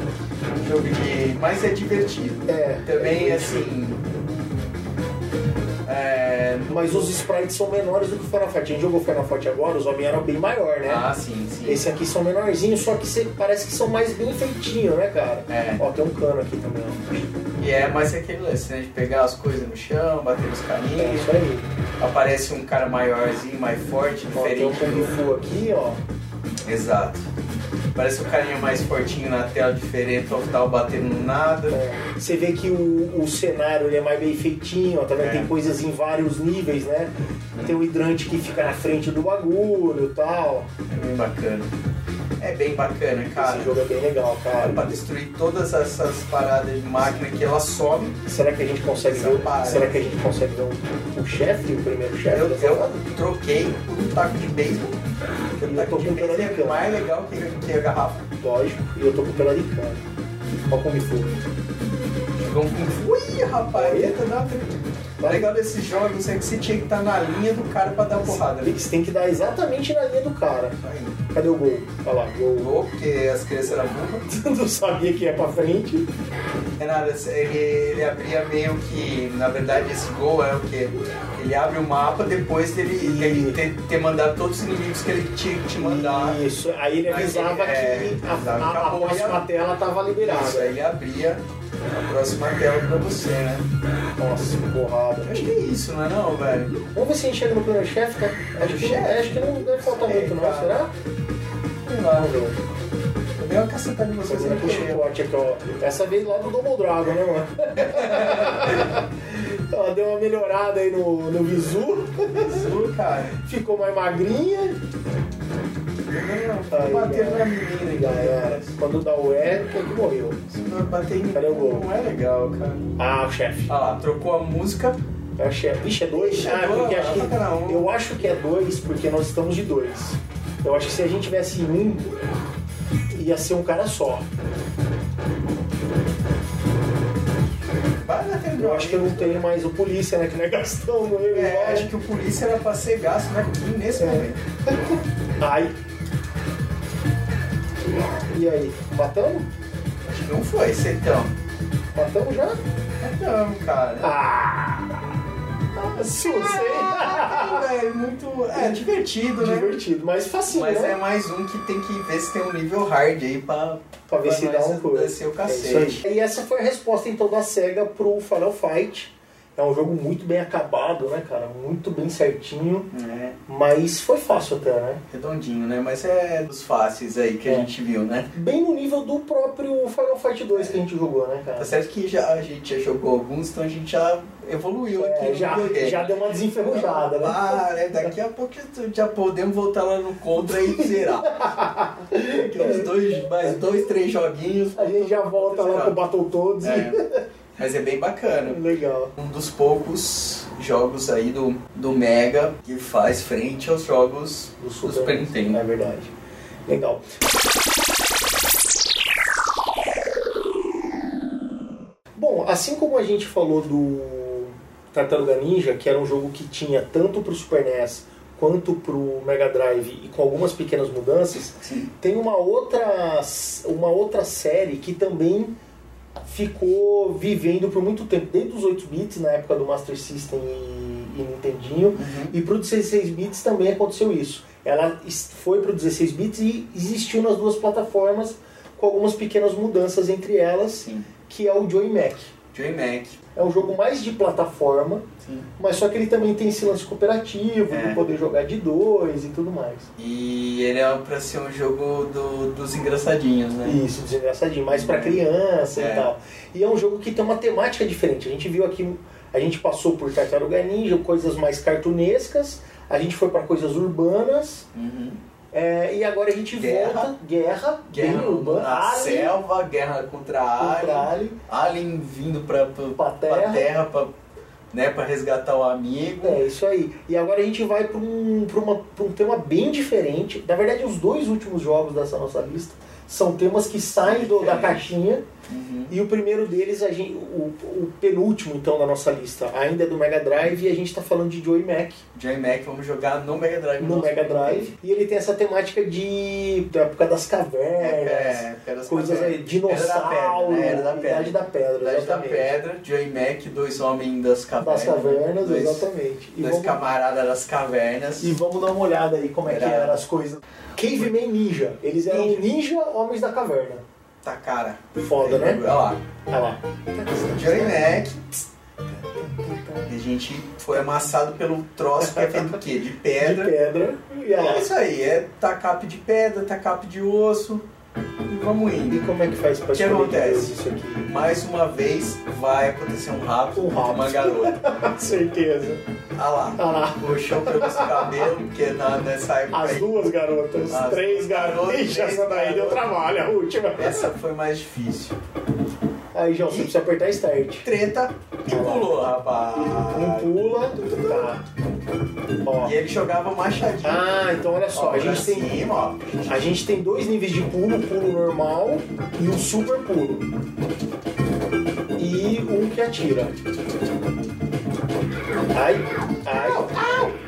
C: Jogo de... Mas é divertido.
B: É.
C: Também, assim... É...
B: Mas os sprites são menores do que o Final Fight. A gente jogou Final Fight agora, os homens eram bem maior, né?
C: Ah, sim, sim.
B: Esse aqui são menorzinhos, só que cê- parece que são mais bem feitinhos, né, cara?
C: É.
B: Ó, tem um cano aqui também, ó.
C: E é mais aquele lance, né? De pegar as coisas no chão, bater nos
B: É
C: carinhos.
B: isso aí.
C: Aparece um cara maiorzinho, mais forte,
B: Ó, tem um
C: diferente.
B: Kung Fu aqui, ó.
C: Exato. Parece um carinha mais fortinho na tela, diferente, total, batendo no nada.
B: É. Você vê que o, o cenário ele é mais bem feitinho, ó, tá vendo?
C: É.
B: Tem coisas em vários níveis, né? Tem o hidrante que fica na frente do bagulho e tal.
C: É bem bacana. É bem bacana, cara.
B: Esse jogo é bem legal,
C: É pra
B: cara.
C: destruir todas essas paradas de máquina que ela sobe.
B: Será que a gente consegue ver?
C: Essa
B: Será que a gente consegue ver o, o chefe, o primeiro chefe?
C: Eu, eu troquei por um taco de beisebol. porque
B: E
C: O
B: eu
C: taco
B: tô
C: de
B: com
C: beisebol é
B: pernambucano.
C: mais legal que, que a garrafa.
B: Lógico, e eu tô com o Pelaricano. Ó como foi.
C: Chegou um Kung Fu. Ui, rapaz, eita, dá uma- O legal desses jogos é que você tinha que estar na linha do cara pra dar porrada. né?
B: Você tem que dar exatamente na linha do cara.
C: Aí,
B: Cadê o gol? Olha lá, gol.
C: Jogou, porque as crianças eram burras.
B: Não sabia que ia pra frente.
C: É nada, ele, ele abria meio que, na verdade, esse gol é o quê? Ele abre o mapa depois dele dele ter, ter mandado todos os inimigos que ele tinha que te mandar.
B: Isso, aí ele
C: Mas
B: avisava
C: ele- é,
B: que a,
C: avisava
B: a-
C: que
B: a
C: acabou,
B: próxima
C: ia-
B: tela tava
C: Isso, aí
B: liberada.
C: ele abria a próxima tela pra você, né?
B: Nossa, que porrada.
C: Eu acho que é isso, não é não, velho?
B: Vamos ver se a gente chega no primeiro chefe, cara. Acho que, não-
C: Chefe?
B: acho que não deve faltar
C: Sei,
B: muito, não.
C: cara.
B: Será?
C: Sei lá,
B: Vamos ver.
C: eu dei uma cacetada em vocês né,
B: Fazendo aqui o chicote
C: aqui.
B: aqui, ó. Essa vez lá do Double Dragon, né, mano? Ela deu uma melhorada aí no, no visu,
C: Isso, cara.
B: ficou mais magrinha.
C: Não, bater na menina,
B: Galera,
C: galera.
B: quando dá o E, quem que morreu?
C: Se não bater em mim,
B: Cadê o gol?
C: não é legal, cara.
B: Ah, o chefe.
C: Olha lá, trocou a música.
B: É o chefe. Ixi, é dois?
C: Ixi, é
B: ah,
C: dois,
B: porque acho que.
C: tá cada um.
B: Eu acho que é dois, porque nós estamos de dois. Eu acho que se a gente tivesse um, ia ser um cara só.
C: Vai bater no
B: Eu acho que eu não tenho mais o polícia, né? Que nós gastamos ele,
C: É,
B: eu É.
C: acho
B: acho.
C: que o polícia era pra ser gasto, né? Nesse momento.
B: Ai. E aí, matamos?
C: Acho que não foi, Setão.
B: Matamos já?
C: Não, cara.
B: Ah! Sucei!
C: É muito. É divertido, né?
B: Ah. Divertido, mas facinho,
C: Mas
B: né?
C: é mais um que tem que ver se tem um nível hard aí pra,
B: Pra ver se dá
C: nós
B: um coisa.
C: descer o
B: É
C: cacete.
B: isso aí. E essa foi a resposta então da SEGA pro Final Fight. É um jogo muito bem acabado, né, cara? Muito bem certinho.
C: É,
B: Mas foi fácil até, né?
C: redondinho, né? Mas é dos fáceis aí que
B: É.
C: a gente viu, né?
B: Bem no nível do próprio Final Fight 2 que a gente jogou, né,
C: Tá
B: cara?
C: certo que já, a gente já jogou alguns, então a gente já evoluiu aqui
B: É,
C: no
B: já,
C: videogame.
B: já deu uma desenferrujada, né?
C: Ah, né? Daqui a pouco já podemos voltar lá no contra e zerar. Daqui uns dois, mais dois, três joguinhos.
B: A gente já volta lá com o Battletoads e...
C: É, mas tá é bem bacana.
B: Legal.
C: Um dos poucos jogos aí do, do Mega que faz frente aos jogos
B: Do
C: do
B: Super
C: Super,
B: É
C: Nintendo.
B: verdade. Legal. Bom, assim como a gente falou do Tartaruga Ninja, que era um jogo que tinha tanto pro Super NES quanto pro Mega Drive e com algumas pequenas mudanças,
C: Sim.
B: tem uma outra, uma outra série que também ficou vivendo por muito tempo, desde os 8 bits, na época do Master System e, e Nintendinho, e pro 16 bits também aconteceu isso. Ela es- foi pro 16 bits e existiu nas duas plataformas com algumas pequenas mudanças entre elas,
C: Sim.
B: que é o Joy Mac.
C: Joy Mac.
B: É um jogo mais de plataforma,
C: Sim.
B: mas só que ele também tem esse lance cooperativo,
C: É.
B: de poder jogar de dois e tudo mais.
C: E ele é pra ser um jogo do- dos engraçadinhos, né?
B: Isso, desengraçadinho, mais pra criança e
C: É.
B: tal. E é um jogo que tem uma temática diferente. A gente viu aqui, a gente passou por Tartaruga Ninja, coisas mais cartunescas, a gente foi pra coisas urbanas,
C: Uhum.
B: é, e agora a gente
C: Guerra.
B: volta. Guerra,
C: Guerra
B: bem
C: no-
B: urbana,
C: na
B: alien,
C: selva, guerra contra a
B: contra
C: alien,
B: alien.
C: alien vindo pra, pra,
B: Pra terra.
C: pra terra pra, né, pra resgatar o amigo.
B: É isso aí. E agora a gente vai pra um, pra uma- pra um tema bem diferente. Na verdade, os dois últimos jogos dessa nossa lista são temas que saem do- da
C: Diferente.
B: caixinha.
C: Uhum.
B: E o primeiro deles, a gente, o, o penúltimo então da nossa lista, ainda é do Mega Drive, e a gente está falando de Joy Mac
C: Joy Mac, vamos jogar no Mega Drive.
B: no
C: nosso
B: Mega
C: Nintendo.
B: Drive. E ele tem essa temática de da época das cavernas,
C: É, pedras
B: coisas aí, dinossauro,
C: né? Era da pedra, né? Era da
B: Idade
C: pedra.
B: da Pedra.
C: Idade da
B: exatamente.
C: Pedra, né? Joy Mac, dois homens das cavernas.
B: Das cavernas,
C: dois,
B: exatamente. E
C: dois
B: vamos,
C: camaradas das cavernas.
B: e vamos dar uma olhada aí como é que
C: Era-
B: eram as coisas. Caveman Ninja. Eles eram ninja,
C: Ninja.
B: homens da caverna.
C: Tá cara.
B: Foda, né?
C: Olha lá.
B: Olha lá.
C: Johnny Mac.
B: Então.
C: E a gente foi amassado pelo troço que é feito do quê? De
B: De
C: pedra.
B: pedra. E olha
C: É
B: lá.
C: isso aí, é tacape de pedra, tacape de osso. E vamos
B: E
C: indo.
B: como é que faz pra
C: O que
B: escolher
C: acontece?
B: isso aqui?
C: Mais uma vez vai acontecer um rapto
B: Um
C: de
B: rapto.
C: uma garota.
B: Certeza.
C: Ah lá.
B: Ah lá,
C: Puxou pelos cabelos, porque na, nessa época
B: as
C: aí,
B: duas garotas,
C: As
B: três
C: duas
B: garotas,
C: garotas,
B: Ixi,
C: três
B: essa daí deu
C: garotas.
B: trabalho, a última.
C: essa foi mais difícil.
B: Aí, João, você precisa apertar start.
C: Treta e pulou, rapaz.
B: Um pula, tá. Ó.
C: E ele jogava machadinho.
B: Ah, então olha
C: Ó,
B: só, a
C: pra
B: gente tem...
C: cima, ó.
B: A gente tem dois níveis de pulo, o pulo normal e um super pulo. E um que atira. Ai, ai.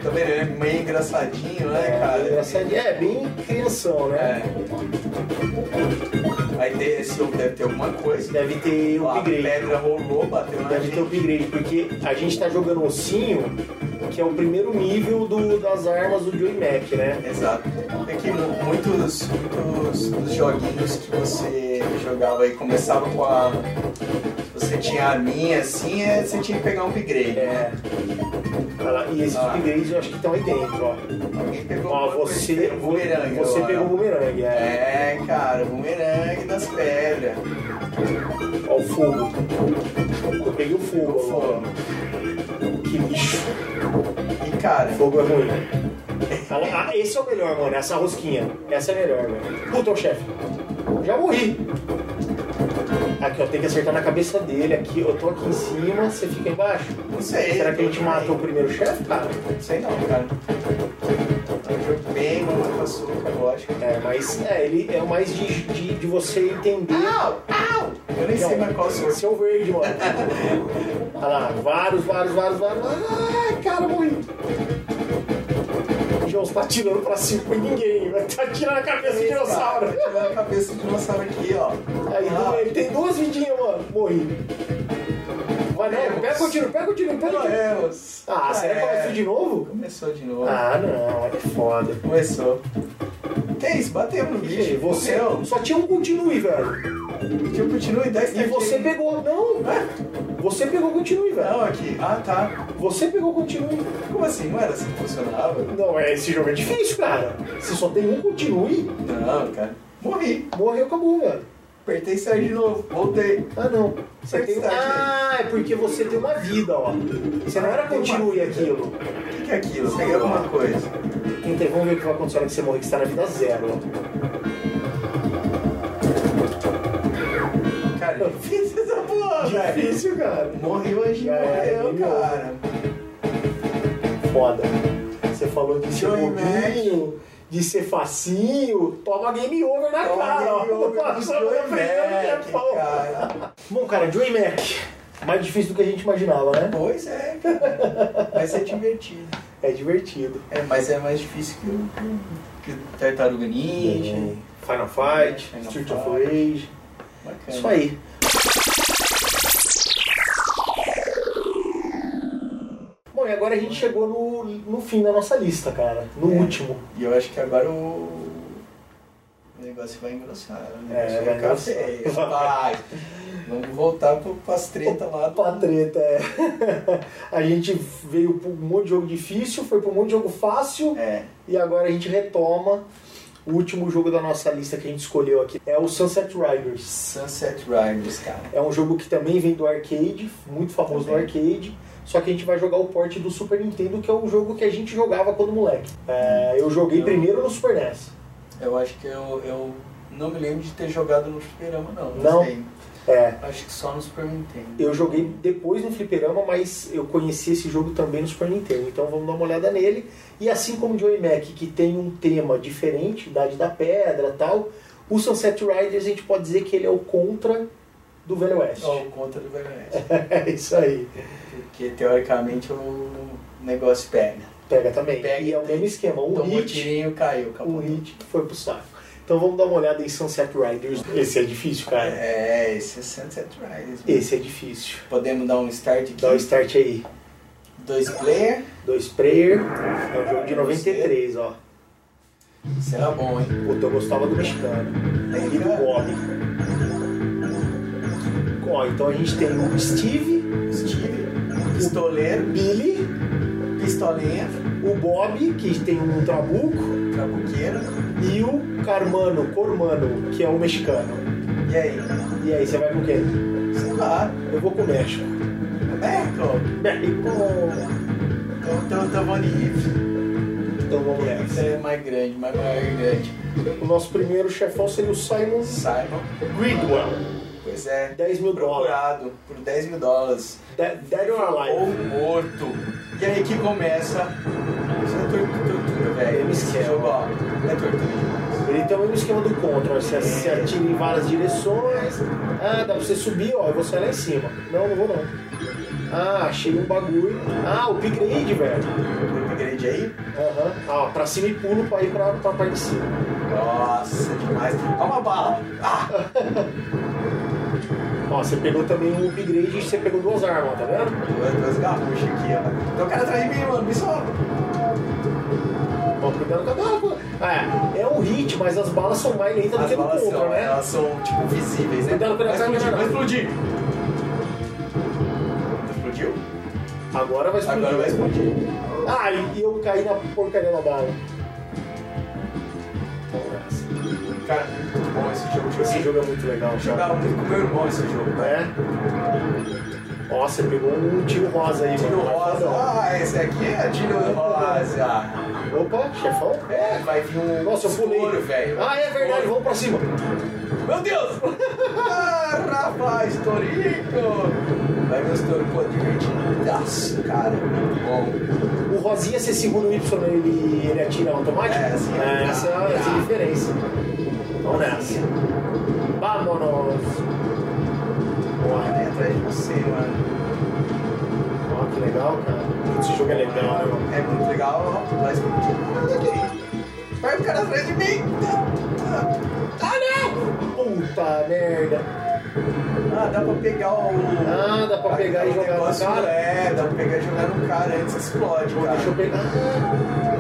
C: Também ele é meio engraçadinho, né, cara?
B: Engraçadinho. É, bem crianção, né?
C: É. Aí tem, esse jogo deve ter alguma coisa.
B: Deve ter o
C: Ó, a
B: um upgrade.
C: pedra rolou, bateu na
B: Deve ter um
C: gente.
B: upgrade, porque a gente tá jogando ossinho, que é o primeiro nível do- das armas do Joy Mac, né?
C: Exato. É que mu- muitos, muitos dos joguinhos que você jogava aí começava com a. Você tinha a arminha assim, é, você tinha que pegar um upgrade.
B: É. Olha lá, E esses
C: Ah.
B: upgrades eu acho que estão aí dentro, ó.
C: Alguém pegou
B: Ó,
C: alguma coisa,
B: você,
C: pegou um bumerangue.
B: você
C: ó.
B: pegou o bumerangue, é.
C: É, cara, bumerangue das pedras.
B: Ó, o fogo. Eu peguei o fogo,
C: Pegou fogo.
B: ó. Que lixo.
C: E cara,
B: Fogo é ruim. Olha lá, ah, esse é o melhor, mano. Essa rosquinha. Essa é a melhor, velho. Puta, o chefe. Já morri. Aqui, ó. Tem que acertar na cabeça dele. Aqui, eu tô aqui em cima, você fica embaixo.
C: não sei.
B: Será que a gente matou o primeiro chefe, cara?
C: Não sei não, cara. É um jogo bem mamão com açúcar, lógico.
B: É, mas é, ele é mais de, de, de você entender.
C: Au! Au! Eu nem sei mais qual
B: Não,
C: sorte.
B: esse é o verde, mano. Olha lá, vários, vários, vários, vários. Ai, cara, morri. Jones tá atirando pra cima por ninguém, vai tá atirando a cabeça
C: um
B: do dinossauro.
C: Tirar né? a cabeça do dinossauro aqui, ó.
B: Aí
C: Ah,
B: ele tem duas vidinhas, mano. Morri. Vai não, pega o tiro, pega o tiro, pega o
C: É.
B: tiro.
C: Morremos.
B: Ah, será
C: É.
B: que começou de novo?
C: Começou de novo.
B: Ah, não, é foda.
C: Começou. Que isso, batemos no
B: Ixi,
C: bicho.
B: você
C: Não,
B: só tinha um continue, velho.
C: Tipo, continue 10
B: E você pegou. Não, você pegou continue, velho.
C: Não, aqui. Ah, tá.
B: Você pegou continue.
C: Como assim? Não era assim que funcionava?
B: Não, é, esse jogo é difícil, cara. Se só tem um continue,
C: Não, cara. Morri.
B: morreu, acabou, velho.
C: Apertei e saí de novo. Voltei.
B: Ah, não. Você
C: Certo,
B: tem...
C: tá,
B: Ah, é porque você tem uma vida, ó. Você não era continue aquilo.
C: O que, que é aquilo? Peguei alguma coisa.
B: Então, vamos ver o que vai acontecer na hora que você morrer, que você tá na vida zero, ó.
C: Cara, difícil essa porra, Ah, velho.
B: Difícil, cara.
C: Morreu a gente.
B: É,
C: Morreu,
B: morreu.
C: cara.
B: Foda. Você falou de ser
C: Johnny
B: bobinho, de ser facinho. Toma game over na
C: Toma
B: cara. ó.
C: game over do
B: Passou
C: Johnny
B: na primeira
C: Mac,
B: tempo.
C: cara.
B: é, Bom, cara, Joey Mac. Mais difícil do que a gente imaginava, né?
C: Pois é, cara. Mas é divertido.
B: É divertido.
C: É, mas é mais difícil que o, que o Tartaruga Ninja.
B: Final Fight,
C: Final
B: Street
C: Fight.
B: of Rage.
C: Bacana.
B: Isso aí. Bom, e agora a gente chegou no, no fim da nossa lista, cara. No
C: É.
B: último.
C: E eu acho que agora o, o negócio vai engrossar. O negócio
B: É,
C: vai
B: vai
C: ficar
B: engrossar.
C: feio. Vai. Vamos voltar pro, pras tretas lá do.
B: Pra treta, é. A gente veio por um monte de jogo difícil, foi por um monte de jogo fácil
C: É.
B: e agora a gente retoma. O último jogo da nossa lista que a gente escolheu aqui é o Sunset Riders.
C: Sunset Riders, cara.
B: É um jogo que também vem do arcade, muito famoso no
C: Também.
B: arcade. Só que a gente vai jogar o port do Super Nintendo, que é um jogo que a gente jogava quando moleque. É, eu joguei
C: Eu-
B: primeiro no Super NES.
C: Eu acho que eu, eu não me lembro de ter jogado no Superama, não.
B: Não?
C: sei.
B: É,
C: Acho que só no Super Nintendo.
B: eu joguei depois no Fliperama, mas eu conheci esse jogo também no Super Nintendo, então vamos dar uma olhada nele. E assim como o Joey Mac, que tem um tema diferente, Idade da Pedra tal, o Sunset Riders a gente pode dizer que ele é o contra do Velho Oeste.
C: Ó, o contra do Velho Oeste.
B: É isso aí.
C: Porque teoricamente o negócio pega.
B: Pega também.
C: Pega Então,
B: e é o mesmo esquema, um
C: Tomou
B: hit,
C: tirinho, caiu, acabou.
B: um hit que foi pro saco. Então vamos dar uma olhada em Sunset Riders. Esse é difícil, cara.
C: É, esse é Sunset Riders. mano.
B: Esse é difícil.
C: Podemos dar um start aqui.
B: Dá o start aí.
C: Dois player.
B: Dois player. É um jogo de 93, ó.
C: Será bom, hein?
B: Puta, eu gostava do mexicano. E do Bob. Ó, então a gente tem o Steve,
C: Steve, pistoleiro,
B: Billy,
C: pistolinha,
B: o Bob, que tem um trabuco,
C: trabuqueiro.
B: e o Carmano, Cormano, que é o mexicano.
C: E aí?
B: E aí, você vai com quem?
C: Sei lá. É
B: Eu vou com o México.
C: Merkel.
B: México!
C: Então, então, então vamos nisso.
B: Então vamos
C: Esse
B: nessa.
C: é mais grande, mais maior e grande.
B: O nosso primeiro chefão seria o Simon
C: Simon.
B: Gridwell.
C: Pois é.
B: 10 mil dólares.
C: Procurado por 10 mil dólares.
B: De- Dead or
C: Ou
B: Alive.
C: morto. E aí que começa. Isso é tortura, tortura velho. Esse jogo, ó. É tortura.
B: Ele tem o mesmo esquema do contra, ó, é, você, você atira em várias direções. Ah, dá pra você subir, ó, eu vou sair lá em cima. Não, não vou não. Ah, achei um bagulho. Ah, o upgrade, velho.
C: um Upgrade aí.
B: Aham. Ah, pra cima e pulo pra ir pra, pra parte de cima.
C: Nossa, demais. Ó uma bala. Ah,
B: Ó, você pegou também um upgrade e você pegou duas armas, tá vendo?
C: duas, duas garruchas aqui, ó. Tem um cara atrás de mim, mano. Me solta.
B: Ó, cuidado com a água. Ah, é um hit, mas as balas são mais lentas do
C: As
B: que do
C: balas
B: contra,
C: são,
B: né?
C: elas são tipo visíveis, né?
B: Cuidado um com
C: vai
B: essa
C: explodir,
B: câmera.
C: vai explodir. Explodiu?
B: Agora vai explodir.
C: Agora vai explodir.
B: Ah, e eu caí na porcaria da bala.
C: Cara, muito bom esse jogo. joguei-
B: Esse jogo é muito legal,
C: Eu
B: cara.
C: jogava muito com meu irmão esse jogo, velho.
B: É? Nossa, pegou um tiro rosa aí,
C: Tiro
B: mano.
C: rosa. Ah, esse aqui é tiro rosa.
B: Opa, chefão?
C: É, vai vir um
B: Nossa, eu pulei.
C: escuro, velho.
B: Ah, é verdade,
C: Escuro.
B: vamos pra cima.
C: Meu Deus! ah, rapaz, Torico! Vai ver os Torico pô, divertidaço, cara. Muito bom.
B: O rosinha, você segura o Y e ele, ele atira automático?
C: É, assim,
B: é,
C: tá,
B: essa é
C: tá.
B: a diferença. Vamos nessa. Vámonos. Boa.
C: Vai atrás de você, mano.
B: Ó, que legal, cara. Esse jogo é legal, né, mano?
C: É muito legal, vai escondido. Vai o cara atrás de mim! Ah, não!
B: Puta merda.
C: Ah, dá pra pegar o.
B: Ah, dá pra pegar e
C: o
B: jogar no
C: um negócio-
B: cara?
C: É, dá pra pegar e jogar no cara antes que explode,
B: Pô,
C: cara.
B: deixa eu pegar.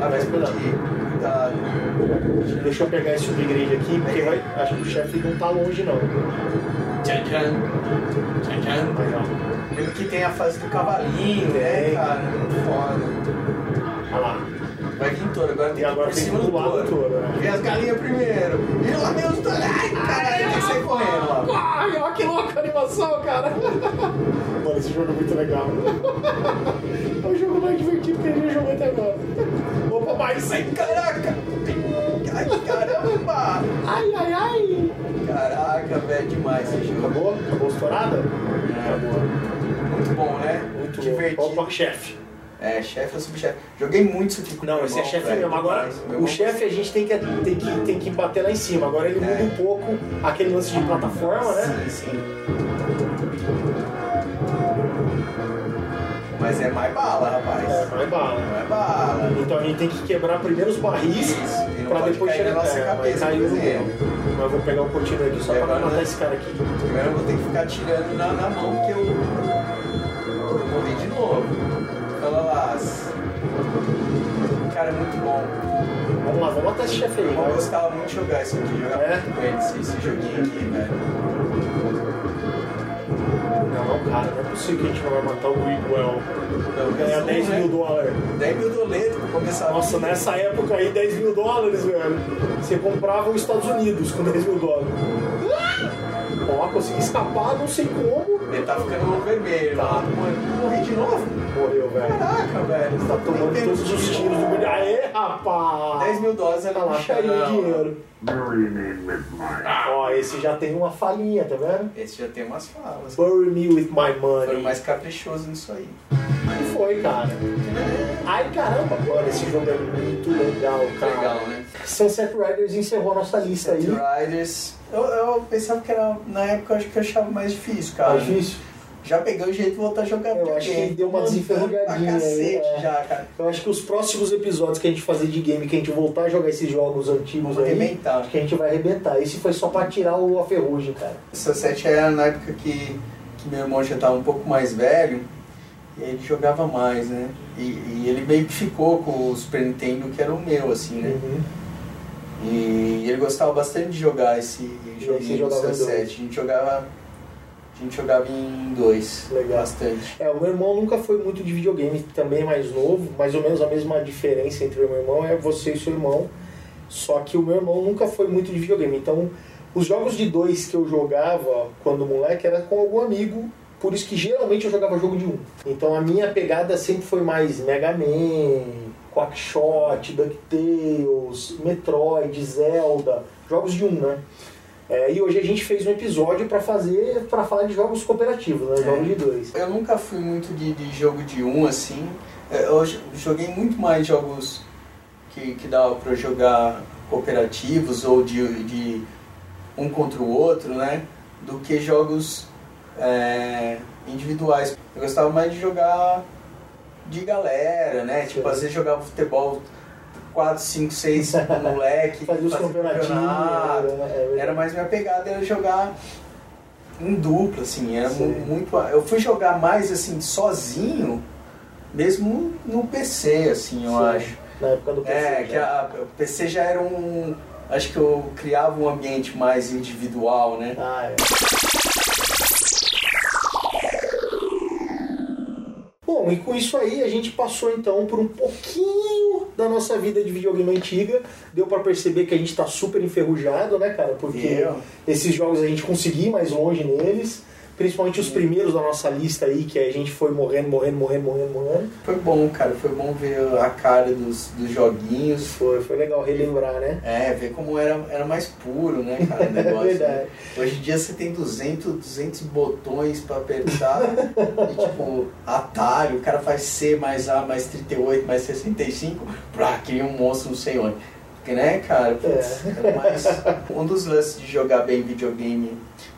C: Ah, vai
B: Cuidado.
C: explodir. Cuidado.
B: Deixa eu pegar esse upgrade aqui, porque vai. Acho que o chefe não tá longe não.
C: Tchan, tchan. Tchan, tchan.
B: Legal.
C: Lembra que tem a fase do cavalinho,
B: É,
C: né, cara? Foda.
B: Olha lá.
C: Vai vir touro, agora tem
B: E
C: que ir
B: agora
C: por
B: tem que
C: cima do
B: pular
C: touro.
B: do touro, né?
C: E as galinhas primeiro. E lá meus touros. Ai, caralho, tem que sair correndo lá.
B: Ai, olha que louca a animação, cara! Mano, esse jogo é muito legal. É o jogo mais divertido que a gente jogou até agora. Opa, mais!
C: Ai, caraca! Ai, caramba!
B: Ai, ai, ai!
C: Caraca, velho, demais esse jogo.
B: Acabou? Acabou a estourada? Acabou.
C: Muito bom, né?
B: Muito
C: divertido.
B: louco. Opa, chefe.
C: É, chefe ou subchefe. Joguei muito isso aqui com
B: Não,
C: meu
B: esse é
C: irmão,
B: chefe
C: velho,
B: mesmo. Agora,
C: demais. Meu
B: o
C: irmão-
B: chefe a gente tem que, tem, que, tem que bater lá em cima. Agora ele muda
C: É.
B: um pouco aquele lance de plataforma, né?
C: Sim, sim. Mas é mais bala, rapaz.
B: É, vai bala.
C: Não é bala.
B: Então a gente tem que quebrar primeiro os barris
C: Isso, e não
B: pra
C: pode
B: depois
C: cair
B: chegar
C: na nossa
B: é,
C: cabeça, É,
B: vai cair
C: por
B: no
C: exemplo.
B: meu. Mas eu vou pegar o cortina aqui só pra
C: Levanta.
B: matar esse cara aqui.
C: Primeiro eu vou ter que ficar tirando na, na mão que eu. eu morri de novo. Olha lá. as- Cara, é muito bom.
B: Vamos lá, vamos matar esse chefe aí. né?
C: Eu
B: vai.
C: gostava muito de jogar isso aqui, jogar
B: É?
C: muito com ele, esse, esse joguinho aqui, velho.
B: Não, cara, não é possível que a gente não vai matar o Wigwell.
C: Não,
B: Ganhar 10
C: mas não,
B: É, mil
C: né?
B: dólares.
C: 10 mil doletos pra começar.
B: Nossa, nessa época aí, 10 mil dólares, velho. Você comprava os Estados Unidos com 10 mil dólares. Ó, consegui escapar, não sei como.
C: Ele tá ficando no vermelho lá. Mano, morri de novo?
B: Morreu, velho.
C: Caraca, velho. Você
B: Tá tomando todos os tiros do Guilherme. Aê, rapaz!
C: 10 mil doses ele
B: Tá lá, cheirinho de dinheiro.
A: Bury me with my.
B: Ó, esse já tem uma falinha, tá vendo?
C: Esse já tem umas falas.
B: Bury me with my
C: Foram
B: money.
C: mais caprichosos nisso aí.
B: que foi, cara? Ai, caramba, mano, esse jogo é muito legal, cara.
C: Legal, né?
B: Sunset Riders encerrou a nossa lista aí.
C: Riders. Eu, eu pensava que era. Na época eu acho que eu achava mais difícil, cara.
B: Tá difícil?
C: Já peguei o jeito de voltar a jogar
B: Eu
C: porque
B: acho que deu uma
C: mandando
B: desenferrugadinha
C: Pra
B: aí,
C: cacete
B: é.
C: já, cara.
B: Eu acho que os próximos episódios que a gente fazer de game, que a gente voltar a jogar esses jogos antigos
C: Vamos
B: aí,
C: arrebentar.
B: acho que a gente vai arrebentar. Esse foi só pra tirar o, a ferrugem, cara.
C: Essa 7 era na época que, que meu irmão já estava um pouco mais velho e ele jogava mais, né? E, e ele meio que ficou com o Super Nintendo que era o meu, assim, né? E ele gostava bastante de jogar esse
B: você
C: joguinho do
B: jogava em
C: Sunset. A
B: dois.
C: gente jogava. A gente jogava em dois.
B: Legal.
C: Bastante.
B: É, o meu irmão nunca foi muito de videogame, também é mais novo, mais ou menos a mesma diferença entre o meu irmão é você e seu irmão. Só que o meu irmão nunca foi muito de videogame. Então, os jogos de dois que eu jogava quando moleque era com algum amigo, por isso que geralmente eu jogava jogo de um. Então a minha pegada sempre foi mais Mega Man, Quackshot, DuckTales, Metroid, Zelda, jogos de um, né? É, e hoje a gente fez um episódio pra fazer, para falar de jogos cooperativos, né?
C: É.
B: Jogos de dois.
C: Eu nunca fui muito de, de jogo de um, assim. É, Eu jo- joguei muito mais jogos que, que dava pra jogar cooperativos ou de, de um contra o outro, né? Do que jogos é, individuais. Eu gostava mais de jogar de galera, né? Tipo,
B: Sim.
C: às vezes jogava futebol 4, 5, 6 moleque.
B: fazer os
C: fazia
B: campeonatinhos.
C: campeonato.
B: né?
C: Era mais minha pegada era jogar em dupla, assim, era
B: Sim.
C: mu- muito. Eu fui jogar mais assim, sozinho, mesmo no PC, assim, eu
B: Sim.
C: acho.
B: Na época do PC.
C: É, que
B: já.
C: a, o PC já era um. Acho que eu criava um ambiente mais individual, né?
B: Ah, é. Bom, e com isso aí a gente passou então por um pouquinho da nossa vida de videogame antiga. Deu pra perceber que a gente tá super enferrujado, né, cara? Porque
C: Deu.
B: esses jogos a gente conseguiu ir mais longe neles. Principalmente os primeiros da nossa lista aí, que a gente foi morrendo, morrendo, morrendo, morrendo, morrendo.
C: Foi bom, cara, foi bom ver a cara dos, dos joguinhos.
B: Foi, foi legal relembrar, né?
C: É, ver como era, era mais puro, né, cara, o
B: É
C: negócio. né?
B: verdade.
C: Hoje em dia você tem 200, 200 botões pra apertar e tipo, atalho, o cara faz C mais A mais 38 mais 65, pra cria um monstro não sei onde. Porque, né, cara? Putz, era mais- um dos lances de jogar bem videogame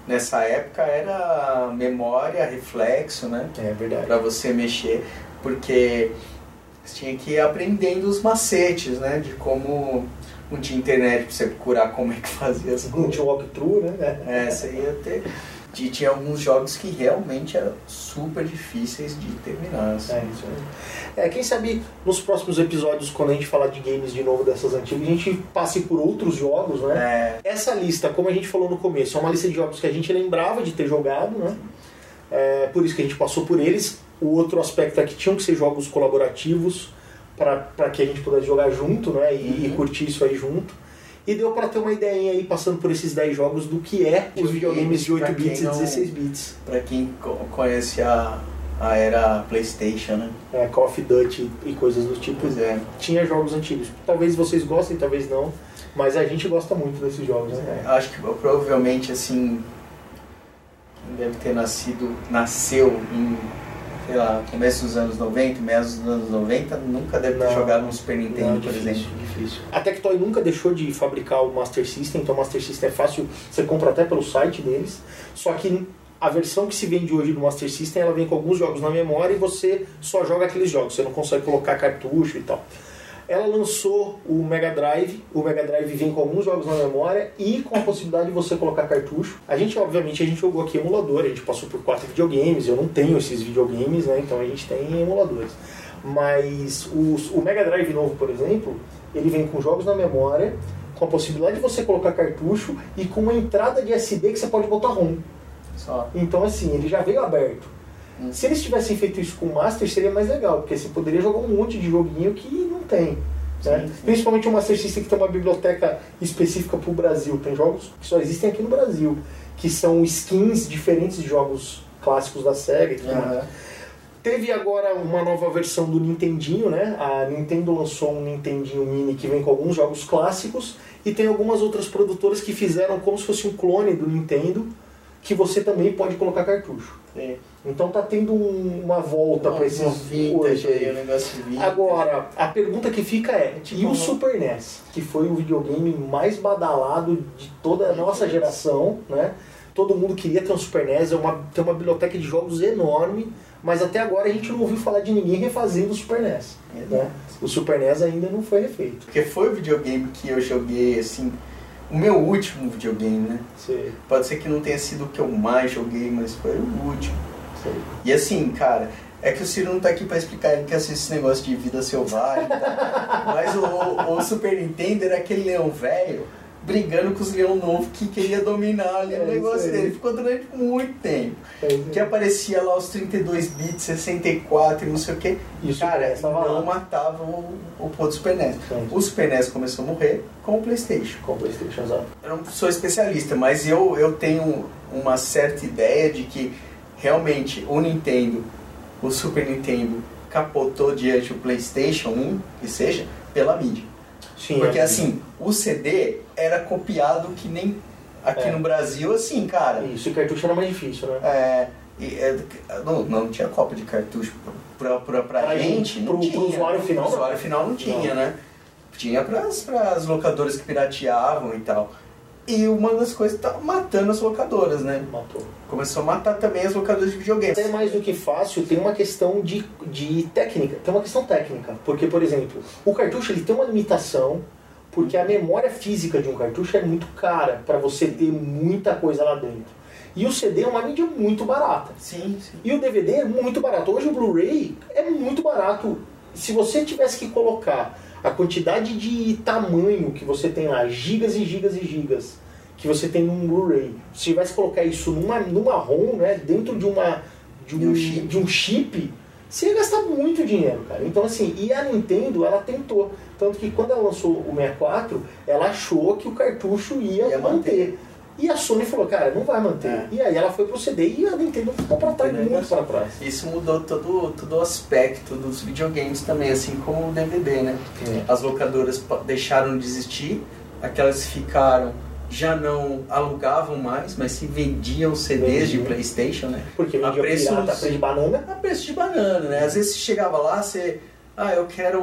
C: nessa época era memória, reflexo, né?
B: É verdade.
C: Pra você mexer, porque Você tinha que ir aprendendo os macetes, né? De como não tinha internet pra você procurar como é que fazia as
B: Não
C: coisas.
B: tinha walkthrough, né?
C: É, você ia ter. E tinha alguns jogos que realmente eram super difíceis de terminar. assim.
B: É, isso aí. É, quem sabe nos próximos episódios, quando a gente falar de games de novo dessas antigas, a gente passe por outros jogos, né?
C: É,
B: Essa lista, como a gente falou no começo, é uma lista de jogos que a gente lembrava de ter jogado, né? É, por isso que a gente passou por eles. O outro aspecto é que tinham que ser jogos colaborativos para que a gente pudesse jogar junto, né? E, e
C: Uhum.
B: curtir isso aí junto. E deu para ter uma ideinha aí, passando por esses 10 jogos, do que é os
C: De
B: videogames de 8
C: pra quem
B: bits e
C: não-
B: 16 bits.
C: pra quem co- conhece a, a era PlayStation, né?
B: É, Call of Duty e coisas do tipo.
C: Pois é.
B: Tinha jogos antigos. Talvez vocês gostem, talvez não. Mas a gente gosta muito desses jogos, né?
C: Acho que provavelmente assim quem deve ter nascido, nasceu em, sei lá, começo dos anos 90, meados dos anos 90, nunca deve ter
B: Não.
C: jogado um Super Nintendo,
B: Não,
C: por exemplo.
B: difícil. A Tectoy nunca deixou de fabricar o Master System, então o Master System é fácil, você compra até pelo site deles. Só que a versão que se vende hoje do Master System, ela vem com alguns jogos na memória e você só joga aqueles jogos, você não consegue colocar cartucho e tal. Ela lançou o Mega Drive, o Mega Drive vem com alguns jogos na memória e com a possibilidade de você colocar cartucho. A gente, obviamente, a gente jogou aqui emulador, a gente passou por quatro videogames, eu não tenho esses videogames, né? Então a gente tem emuladores. Mas os- o Mega Drive novo, por exemplo, ele vem com jogos na memória, com a possibilidade de você colocar cartucho e com uma entrada de SD que você pode botar ROM.
C: Só.
B: Então, assim, ele já veio aberto.
C: Hum.
B: Se eles tivessem feito isso com o Master, seria mais legal, porque você poderia jogar um monte de joguinho que não tem. Né?
C: Sim, sim.
B: Principalmente o Master System que tem uma biblioteca específica para o Brasil. Tem jogos que só existem aqui no Brasil, que são skins diferentes de jogos clássicos da série.
C: Aham.
B: Teve agora uma nova versão do Nintendinho, né? A Nintendo lançou um Nintendinho Mini que vem com alguns jogos clássicos e tem algumas outras produtoras que fizeram como se fosse um clone do Nintendo que você também pode colocar cartucho.
C: Sim.
B: Então tá tendo um- uma volta para esses
C: Um vintage
B: hoje aí.
C: aí, um negócio vintage.
B: Agora, a pergunta que fica é,
C: Tipo,
B: e o
C: um-
B: Super NES, que foi o videogame mais badalado de toda a nossa geração, né? Todo mundo queria ter um Super NES, é uma, tem uma biblioteca de jogos enorme, mas até agora a gente não ouviu falar de ninguém refazendo o Super NES.
C: É,
B: Né? O Super NES ainda não foi refeito.
C: Porque foi o videogame que eu joguei, assim, o meu último videogame, né?
B: Sei,
C: Pode ser que não tenha sido o que eu mais joguei, mas foi o último.
B: sei.
C: E assim, cara, é que o Ciro não tá aqui pra explicar, ele que assiste esse negócio de vida selvagem e tal. Mas o, o Super Nintendo era aquele leão velho brigando com os leão novo que queria dominar ali
B: É,
C: o negócio
B: isso aí.
C: dele. Ficou durante muito tempo.
B: Mas,
C: Que é aparecia lá os 32 bits, 64 e não sei o que.
B: Isso,
C: Cara,
B: tava
C: não
B: lá.
C: matava o, o pô do Super NES.
B: Entendi.
C: O Super NES começou a morrer com o Playstation.
B: Com o Playstation Zap.
C: Eu não sou especialista, mas eu, eu tenho uma certa ideia de que realmente o Nintendo, o Super Nintendo, capotou diante do PlayStation 1, que seja, pela mídia.
B: Sim,
C: Porque
B: é.
C: assim, o CD era copiado que nem aqui
B: É.
C: no Brasil, assim, cara.
B: Isso, e cartucho era mais difícil, né?
C: É, e, é, não, não tinha cópia de cartucho pra, pra, pra,
B: Pra
C: gente,
B: gente, pro-
C: não
B: pro
C: tinha.
B: usuário final,
C: Pro
B: não.
C: usuário final não tinha, né? Tinha pras, pras locadoras que pirateavam e tal. E uma das coisas tá matando as locadoras, né?
B: Matou.
C: Começou a matar também as locadoras de videogame.
B: Até mais do que fácil, tem uma questão de, de técnica. Tem uma questão técnica. Porque, por exemplo, o cartucho ele tem uma limitação, porque a memória física de um cartucho é muito cara para você ter muita coisa lá dentro. E o CD é uma mídia muito barata.
C: Sim, sim.
B: E o DVD é muito barato. Hoje o Blu-ray é muito barato. Se você tivesse que colocar a quantidade de tamanho que você tem lá, gigas e gigas e gigas, que você tem num Blu-ray, se tivesse que colocar isso numa, numa ROM, né, dentro de uma de um,
C: De um chip.
B: de um chip, você ia gastar muito dinheiro, cara. Então assim, e a Nintendo, ela tentou, tanto que quando ela lançou o 64, ela achou que o cartucho ia,
C: Ia manter.
B: manter. E a Sony falou, cara, não vai manter.
C: É.
B: E aí ela foi pro CD e a Nintendo ficou pra trás,
C: Nintendo
B: muito pra trás.
C: Isso mudou todo, todo o aspecto dos videogames também, assim como o DVD, né? as locadoras pa- deixaram de existir, aquelas que ficaram já não alugavam mais, mas se vendiam CDs de
B: Vendiam.
C: Playstation, né?
B: Porque vendia
C: A preço-
B: pirata, preço de banana.
C: A preço de banana, né? Às vezes você chegava lá, você. Ah, eu quero.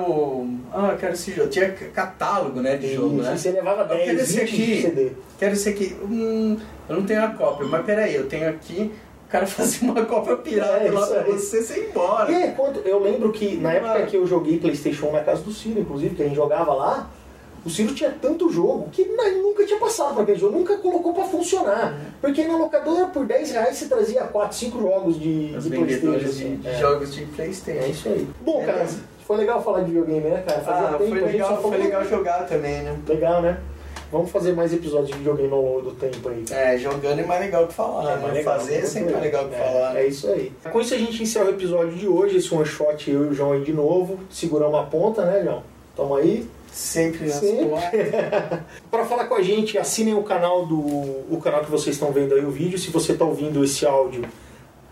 C: Ah, eu quero esse jogo. Tinha c- catálogo, né? De jogo,
B: e
C: né?
B: você levava
C: Eu quero
B: 10,
C: esse
B: 20 de
C: aqui.
B: CD.
C: Quero esse aqui. Hum, eu não tenho a cópia, mas peraí, eu tenho aqui O cara fazia uma cópia pirata
B: É,
C: lá
B: isso
C: pra
B: aí.
C: você, você ir embora.
B: E aí, quando- eu lembro que na época
C: Claro.
B: que eu joguei Playstation 1 na casa do Ciro, inclusive, que a gente jogava lá, o Ciro tinha tanto jogo que na- nunca tinha passado pra aquele jogo, nunca colocou pra funcionar.
C: Uhum.
B: Porque na locadora, por 10 reais, você trazia 4, 5 jogos de,
C: Os
B: de Playstation.
C: vendedores de,
B: assim.
C: de
B: É.
C: jogos de
B: É
C: Playstation.
B: isso aí. Bom, cara,
C: Beleza.
B: foi legal falar de videogame, né, cara? Fazia
C: Ah,
B: tempo,
C: foi
B: a gente só
C: legal,
B: falou-
C: foi legal jogar também, né?
B: Legal, né? Vamos fazer mais episódios de videogame ao longo do tempo aí.
C: É, jogando é mais legal que falar, né?
B: mais legal,
C: Fazer é
B: muito
C: sempre mais legal que
B: é,
C: falar. né?
B: É isso aí. Com isso a gente encerra o episódio de hoje, esse one shot eu e o João aí de novo. Seguramos a ponta, né, João? Tamo aí.
C: Sempre nas
B: Sempre.
C: portas.
B: Para falar com a gente, assinem o canal do o canal que vocês estão vendo aí o vídeo. Se você está ouvindo esse áudio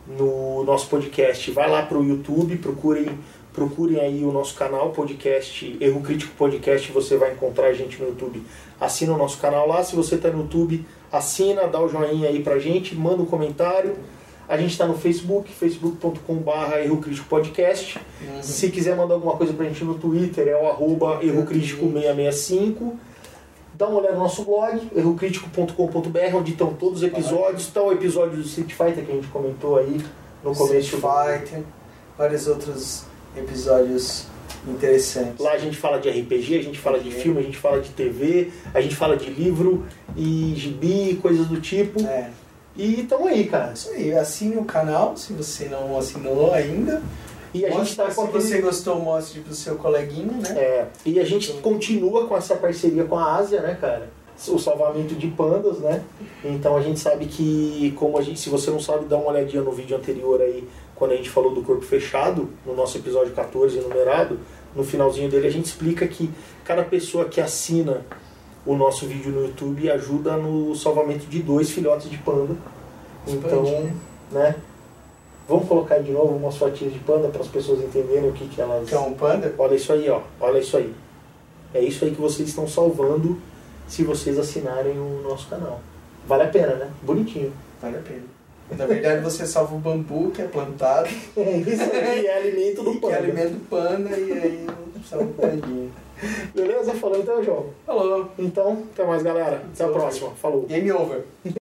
B: no nosso podcast, vai lá pro YouTube, procurem procurem aí o nosso canal podcast Erro Crítico Podcast, você vai encontrar a gente no YouTube. Assina o nosso canal lá. Se você está no YouTube, assina, dá o joinha aí pra gente, manda um comentário. A gente está no Facebook, facebook.com.br Erro Crítico Podcast.
C: Uhum.
B: Se quiser mandar alguma coisa pra gente no Twitter, é o arroba errocrítico665. Dá uma olhada no nosso blog, errocritico.com.br, onde estão todos os episódios. Está o episódio do Street Fighter que a gente comentou aí no
C: Street
B: começo.
C: Fighter, vários outros episódios interessantes.
B: Lá a gente fala de RPG, a gente fala de filme, a gente fala de TV, a gente fala de livro e gibi, coisas do tipo.
C: É,
B: E estão aí, cara.
C: isso aí. Assine o canal se você não assinou ainda.
B: E a gente tá
C: Mostra
B: com
C: se você
B: aquele...
C: gostou, mostre pro seu coleguinha, né?
B: É, e a gente continua com essa parceria com a Ásia, né, cara? O salvamento de pandas, né? Então a gente sabe que, como a gente, se você não sabe, dá uma olhadinha no vídeo anterior aí, quando a gente falou do corpo fechado, no nosso episódio 14, numerado, no finalzinho dele a gente explica que cada pessoa que assina o nosso vídeo no YouTube ajuda no salvamento de dois filhotes de panda. Então,
C: Expande, né?
B: né? Vamos colocar de novo umas fotinhas de panda para as pessoas entenderem o que, que elas.
C: Que é um panda.
B: Olha isso aí, ó. Olha isso aí. É isso aí que vocês estão salvando se vocês assinarem o nosso canal. Vale a pena, né? Bonitinho.
C: Vale a pena. Na verdade, você salva o bambu que é plantado,
B: É isso aí, é alimento do
C: que
B: panda.
C: alimenta o panda, e aí salva o pandinho.
B: Beleza? Falou então, João.
C: Falou.
B: Então, até mais, galera. Até a próxima. Falou.
C: Game over.